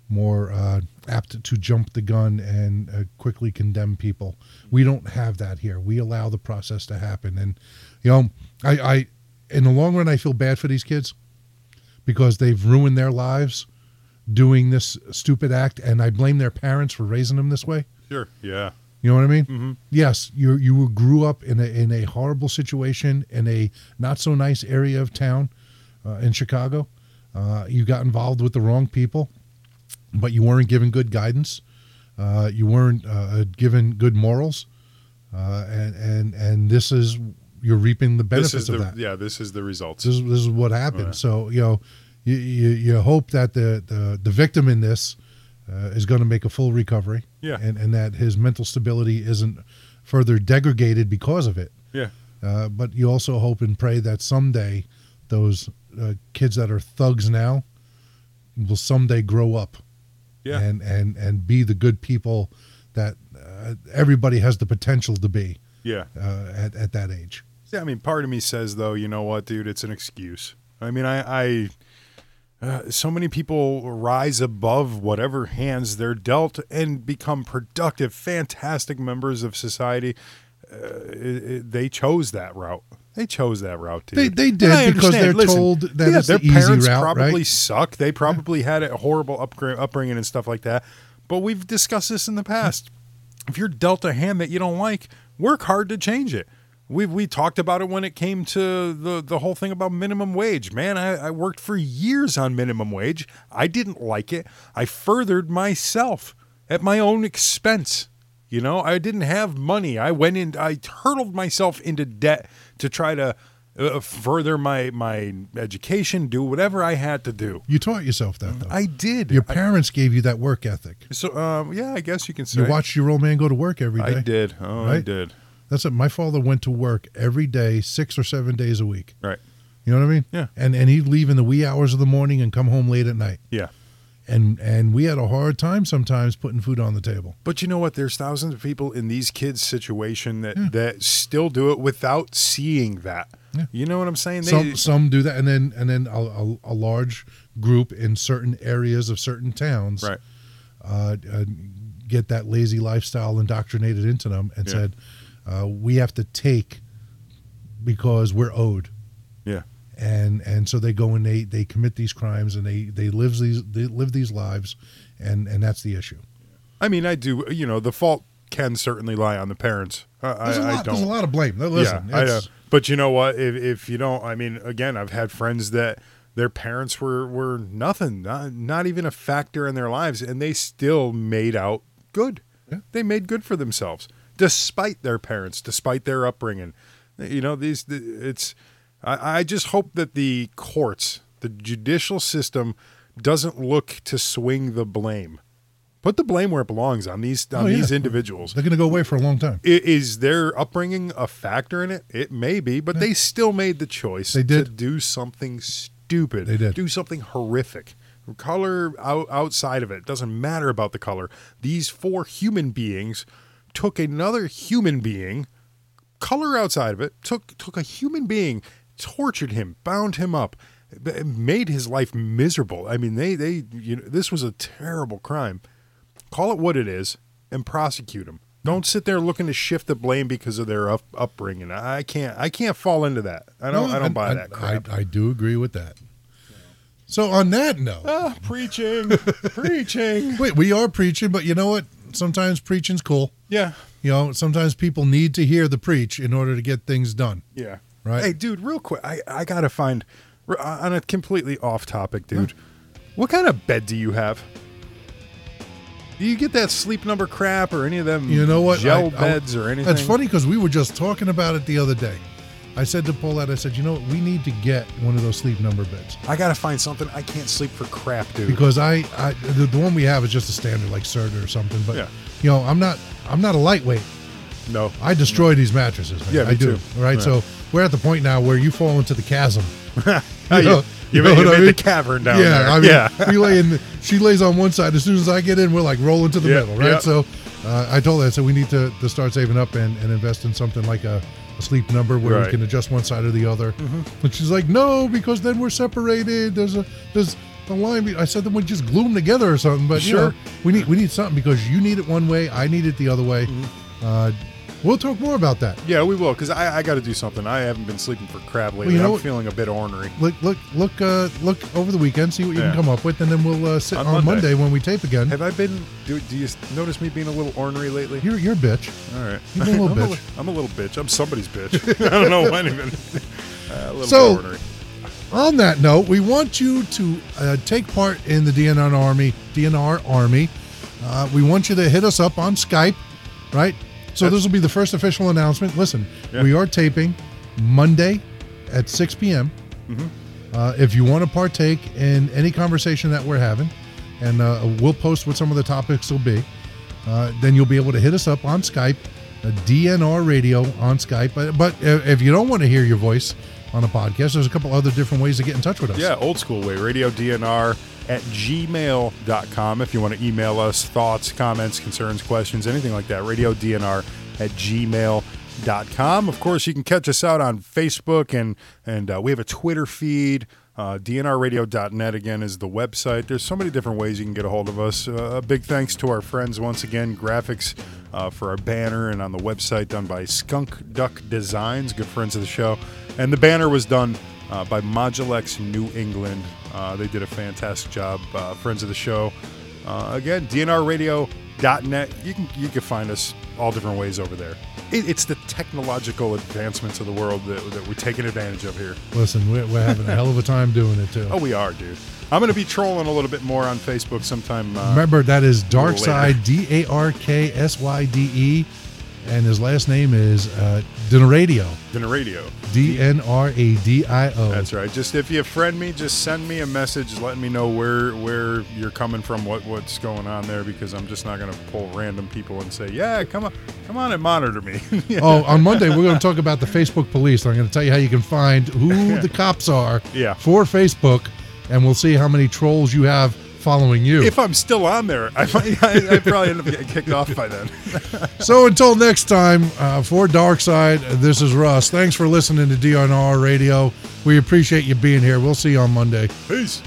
S6: more uh, apt to jump the gun and uh, quickly condemn people. We don't have that here. We allow the process to happen, and you know, I, I in the long run, I feel bad for these kids because they've ruined their lives doing this stupid act, and I blame their parents for raising them this way.
S7: Sure. Yeah.
S6: You know what I mean? Mm-hmm. Yes, you you grew up in a in a horrible situation in a not so nice area of town uh, in Chicago. Uh, you got involved with the wrong people, but you weren't given good guidance. Uh, you weren't uh, given good morals, uh, and and and this is you're reaping the benefits
S7: This is
S6: of
S7: the
S6: that.
S7: yeah. This is the results.
S6: This is, this is what happened. So you know, you, you you hope that the the, the victim in this uh, is going to make a full recovery.
S7: Yeah.
S6: and and that his mental stability isn't further degraded because of it.
S7: yeah.
S6: Uh, but you also hope and pray that someday those uh, kids that are thugs now will someday grow up
S7: Yeah.
S6: and and and be the good people that uh, everybody has the potential to be
S7: yeah.
S6: uh, at at that age.
S7: Yeah, I mean, part of me says though, you know what, dude, it's an excuse. I mean, I, I uh, so many people rise above whatever hands they're dealt and become productive, fantastic members of society. Uh, it- it- they chose that route. They chose that route, dude.
S6: They- they
S7: And
S6: did
S7: I
S6: because
S7: understand.
S6: they're told that
S7: yeah,
S6: it's
S7: their
S6: the easy
S7: parents
S6: route,
S7: probably
S6: right?
S7: suck. They probably had a horrible upgra- upbringing and stuff like that. But we've discussed this in the past. If you're dealt a hand that you don't like, work hard to change it. We we talked about it when it came to the the whole thing about minimum wage. Man, I, I worked for years on minimum wage. I didn't like it. I furthered myself at my own expense. You know, I didn't have money. I went in. I hurtled myself into debt to try to uh, further my my education, do whatever I had to do.
S6: You taught yourself that though.
S7: I did.
S6: Your
S7: I-
S6: parents gave you that work ethic.
S7: so um, yeah, I guess you can say
S6: You watched your old man go to work every day.
S7: I did. Oh, I
S6: right?
S7: did.
S6: That's it. My father went to work every day, six or seven days a week.
S7: Right.
S6: You know what I mean?
S7: Yeah.
S6: And and he'd leave in the wee hours of the morning and come home late at night.
S7: Yeah.
S6: And and we had a hard time sometimes putting food on the table.
S7: But you know what? There's thousands of people in these kids' situation
S6: Hmm.
S7: that that still do it without seeing that. You know what I'm saying? They,
S6: some some do that, and then and then a, a, a large group in certain areas of certain towns
S7: right.
S6: uh, uh, get that lazy lifestyle indoctrinated into them, and
S7: Yeah.
S6: said, uh, "We have to take because we're owed."
S7: Yeah.
S6: and and so they go and they they commit these crimes and they they live these they live these lives and and that's the issue
S7: I mean, I do. You know, the fault can certainly lie on the parents. I,
S6: there's, a
S7: I- I
S6: lot,
S7: don't.
S6: there's a lot of blame Now, listen
S7: yeah, I know.
S6: it's-
S7: But you know what? If, if you don't, I mean, again, I've had friends that their parents were were nothing, not, not even a factor in their lives, and they still made out good.
S6: Yeah.
S7: They made good for themselves despite their parents, despite their upbringing. You know, these it's. I, I just hope that the courts, the judicial system, doesn't look to swing the blame. Put the blame where it belongs on these on
S6: Oh, yeah.
S7: these individuals.
S6: they're going to go away for a long time
S7: I- is their upbringing a factor in it? It may be, but they still made the choice
S6: They did.
S7: to do something stupid.
S6: They did.
S7: Do something horrific. Color out, outside of it doesn't matter about the color. These four human beings took another human being, color outside of it, took took a human being, tortured him, bound him up, b- made his life miserable. I mean, they they you know this was a terrible crime call it what it is and prosecute them. Don't sit there looking to shift the blame because of their up, upbringing. I can't. I can't fall into that. I don't.
S6: No,
S7: I don't buy
S6: I,
S7: that crap.
S6: I, I do agree with that so on that note
S7: ah, preaching, preaching.
S6: wait we are preaching but you know what sometimes preaching's cool
S7: Yeah,
S6: you know sometimes people need to hear the preach in order to get things done
S7: yeah.
S6: Right.
S7: Hey, dude, real quick. I I gotta find r- uh, on a completely off topic, dude. What kind of bed do you have? Do you get that sleep number crap or any of them?
S6: You know what?
S7: Gel
S6: I- I-
S7: beds or anything?
S6: It's funny because we were just talking about it the other day. I said to Paulette, I said, you know what? We need to get one of those sleep number beds
S7: I gotta find something. I can't sleep for crap, dude.
S6: because I, I the, the one we have is just a standard like Serta or something. But
S7: Yeah.
S6: you know, I'm not, I'm not a lightweight.
S7: no.
S6: I destroy these mattresses. Man.
S7: Yeah, me
S6: I do.
S7: too.
S6: All right,
S7: Yeah.
S6: so we're at the point now where you fall into the chasm.
S7: Oh, you,
S6: know-
S7: you,
S6: know
S7: made, you
S6: what I
S7: made
S6: mean?
S7: the cavern down
S6: yeah,
S7: there.
S6: I mean,
S7: yeah,
S6: we lay in. She lays on one side. As soon as I get in, we're like rolling to the
S7: Yeah,
S6: middle, right?
S7: yeah.
S6: So, uh, I told her, I said we need to, to start saving up and, and invest in something like a, a sleep number where
S7: Right. Mm-hmm.
S6: we can adjust one side or the other. But she's like, no, because then we're separated. There's a there's a line. be-" I said, then we just glue them together or something. But you
S7: Sure. Mm-hmm.
S6: know, we need we need something because you need it one way, I need it the other way. Uh, We'll talk more about that.
S7: Yeah, we will, because I, I got to do something. I haven't been sleeping for crap lately.
S6: you know
S7: I'm
S6: what-
S7: feeling a bit ornery.
S6: Look, look, look, uh, look over the weekend. See what you
S7: Yeah.
S6: can come up with, and then we'll uh, sit
S7: On
S6: on,
S7: Monday.
S6: Monday. when we tape again.
S7: Have I been? Do, do you s- notice me being a little ornery lately?
S6: you're you're a bitch.
S7: All right.
S6: You've been a little
S7: I'm,
S6: bitch.
S7: A, I'm a little bitch. I'm somebody's bitch. I don't know when even. Uh, a little
S6: So-
S7: bit ornery.
S6: On that note, we want you to uh, take part in the DNR Army. DNR Army. Uh, we want you to hit us up on Skype, right? So
S7: That's-
S6: this will be the first official announcement. Listen,
S7: Yeah.
S6: we are taping Monday at 6 p.m. Uh, if you want to partake in any conversation that we're having, and uh, we'll post what some of the topics will be, uh, then you'll be able to hit us up on Skype, uh, DNR Radio on Skype. But, but if if you don't want to hear your voice on a podcast, there's a couple other different ways to get in touch with us.
S7: Yeah, old school way. Radio DNR at gmail.com if you want to email us thoughts, comments, concerns, questions, anything like that. Radio DNR at gmail.com. Of course, you can catch us out on Facebook and and uh, we have a Twitter feed. Uh, DNRradio.net again is the website. There's so many different ways you can get a hold of us. Uh, a big thanks to our friends once again, graphics uh, for our banner and on the website done by Skunk Duck Designs, good friends of the show. And the banner was done uh, by Modulex New England. Uh, they did a fantastic job. Uh, friends of the show. Uh, again, dnrradio.net. You can you can find us all different ways over there. It, it's the technological advancements of the world that, that we're taking advantage of here.
S6: Listen, we're, we're having a hell of a time doing it too.
S7: Oh, we are, dude. I'm going to be trolling a little bit more on Facebook sometime. Uh,
S6: Remember, that is Dark
S7: later.
S6: Side, D A R K S Y D E, and his last name is uh, Dinaradio,
S7: than radio.
S6: D N R A D I O.
S7: That's right. Just if you friend me, just send me a message letting me know where where you're coming from, what what's going on there, because I'm just not gonna pull random people and say, yeah, come on, come on and monitor me. yeah.
S6: Oh, on Monday we're going to talk about the Facebook police. I'm going to tell you how you can find who the cops are
S7: Yeah.
S6: for Facebook, and we'll see how many trolls you have following you.
S7: If I'm still on there, I might, I, I probably end up getting kicked off by then.
S6: so until next time, uh, for Dark Side, this is Russ. Thanks for listening to DNR Radio. We appreciate you being here. We'll see you on Monday.
S7: Peace.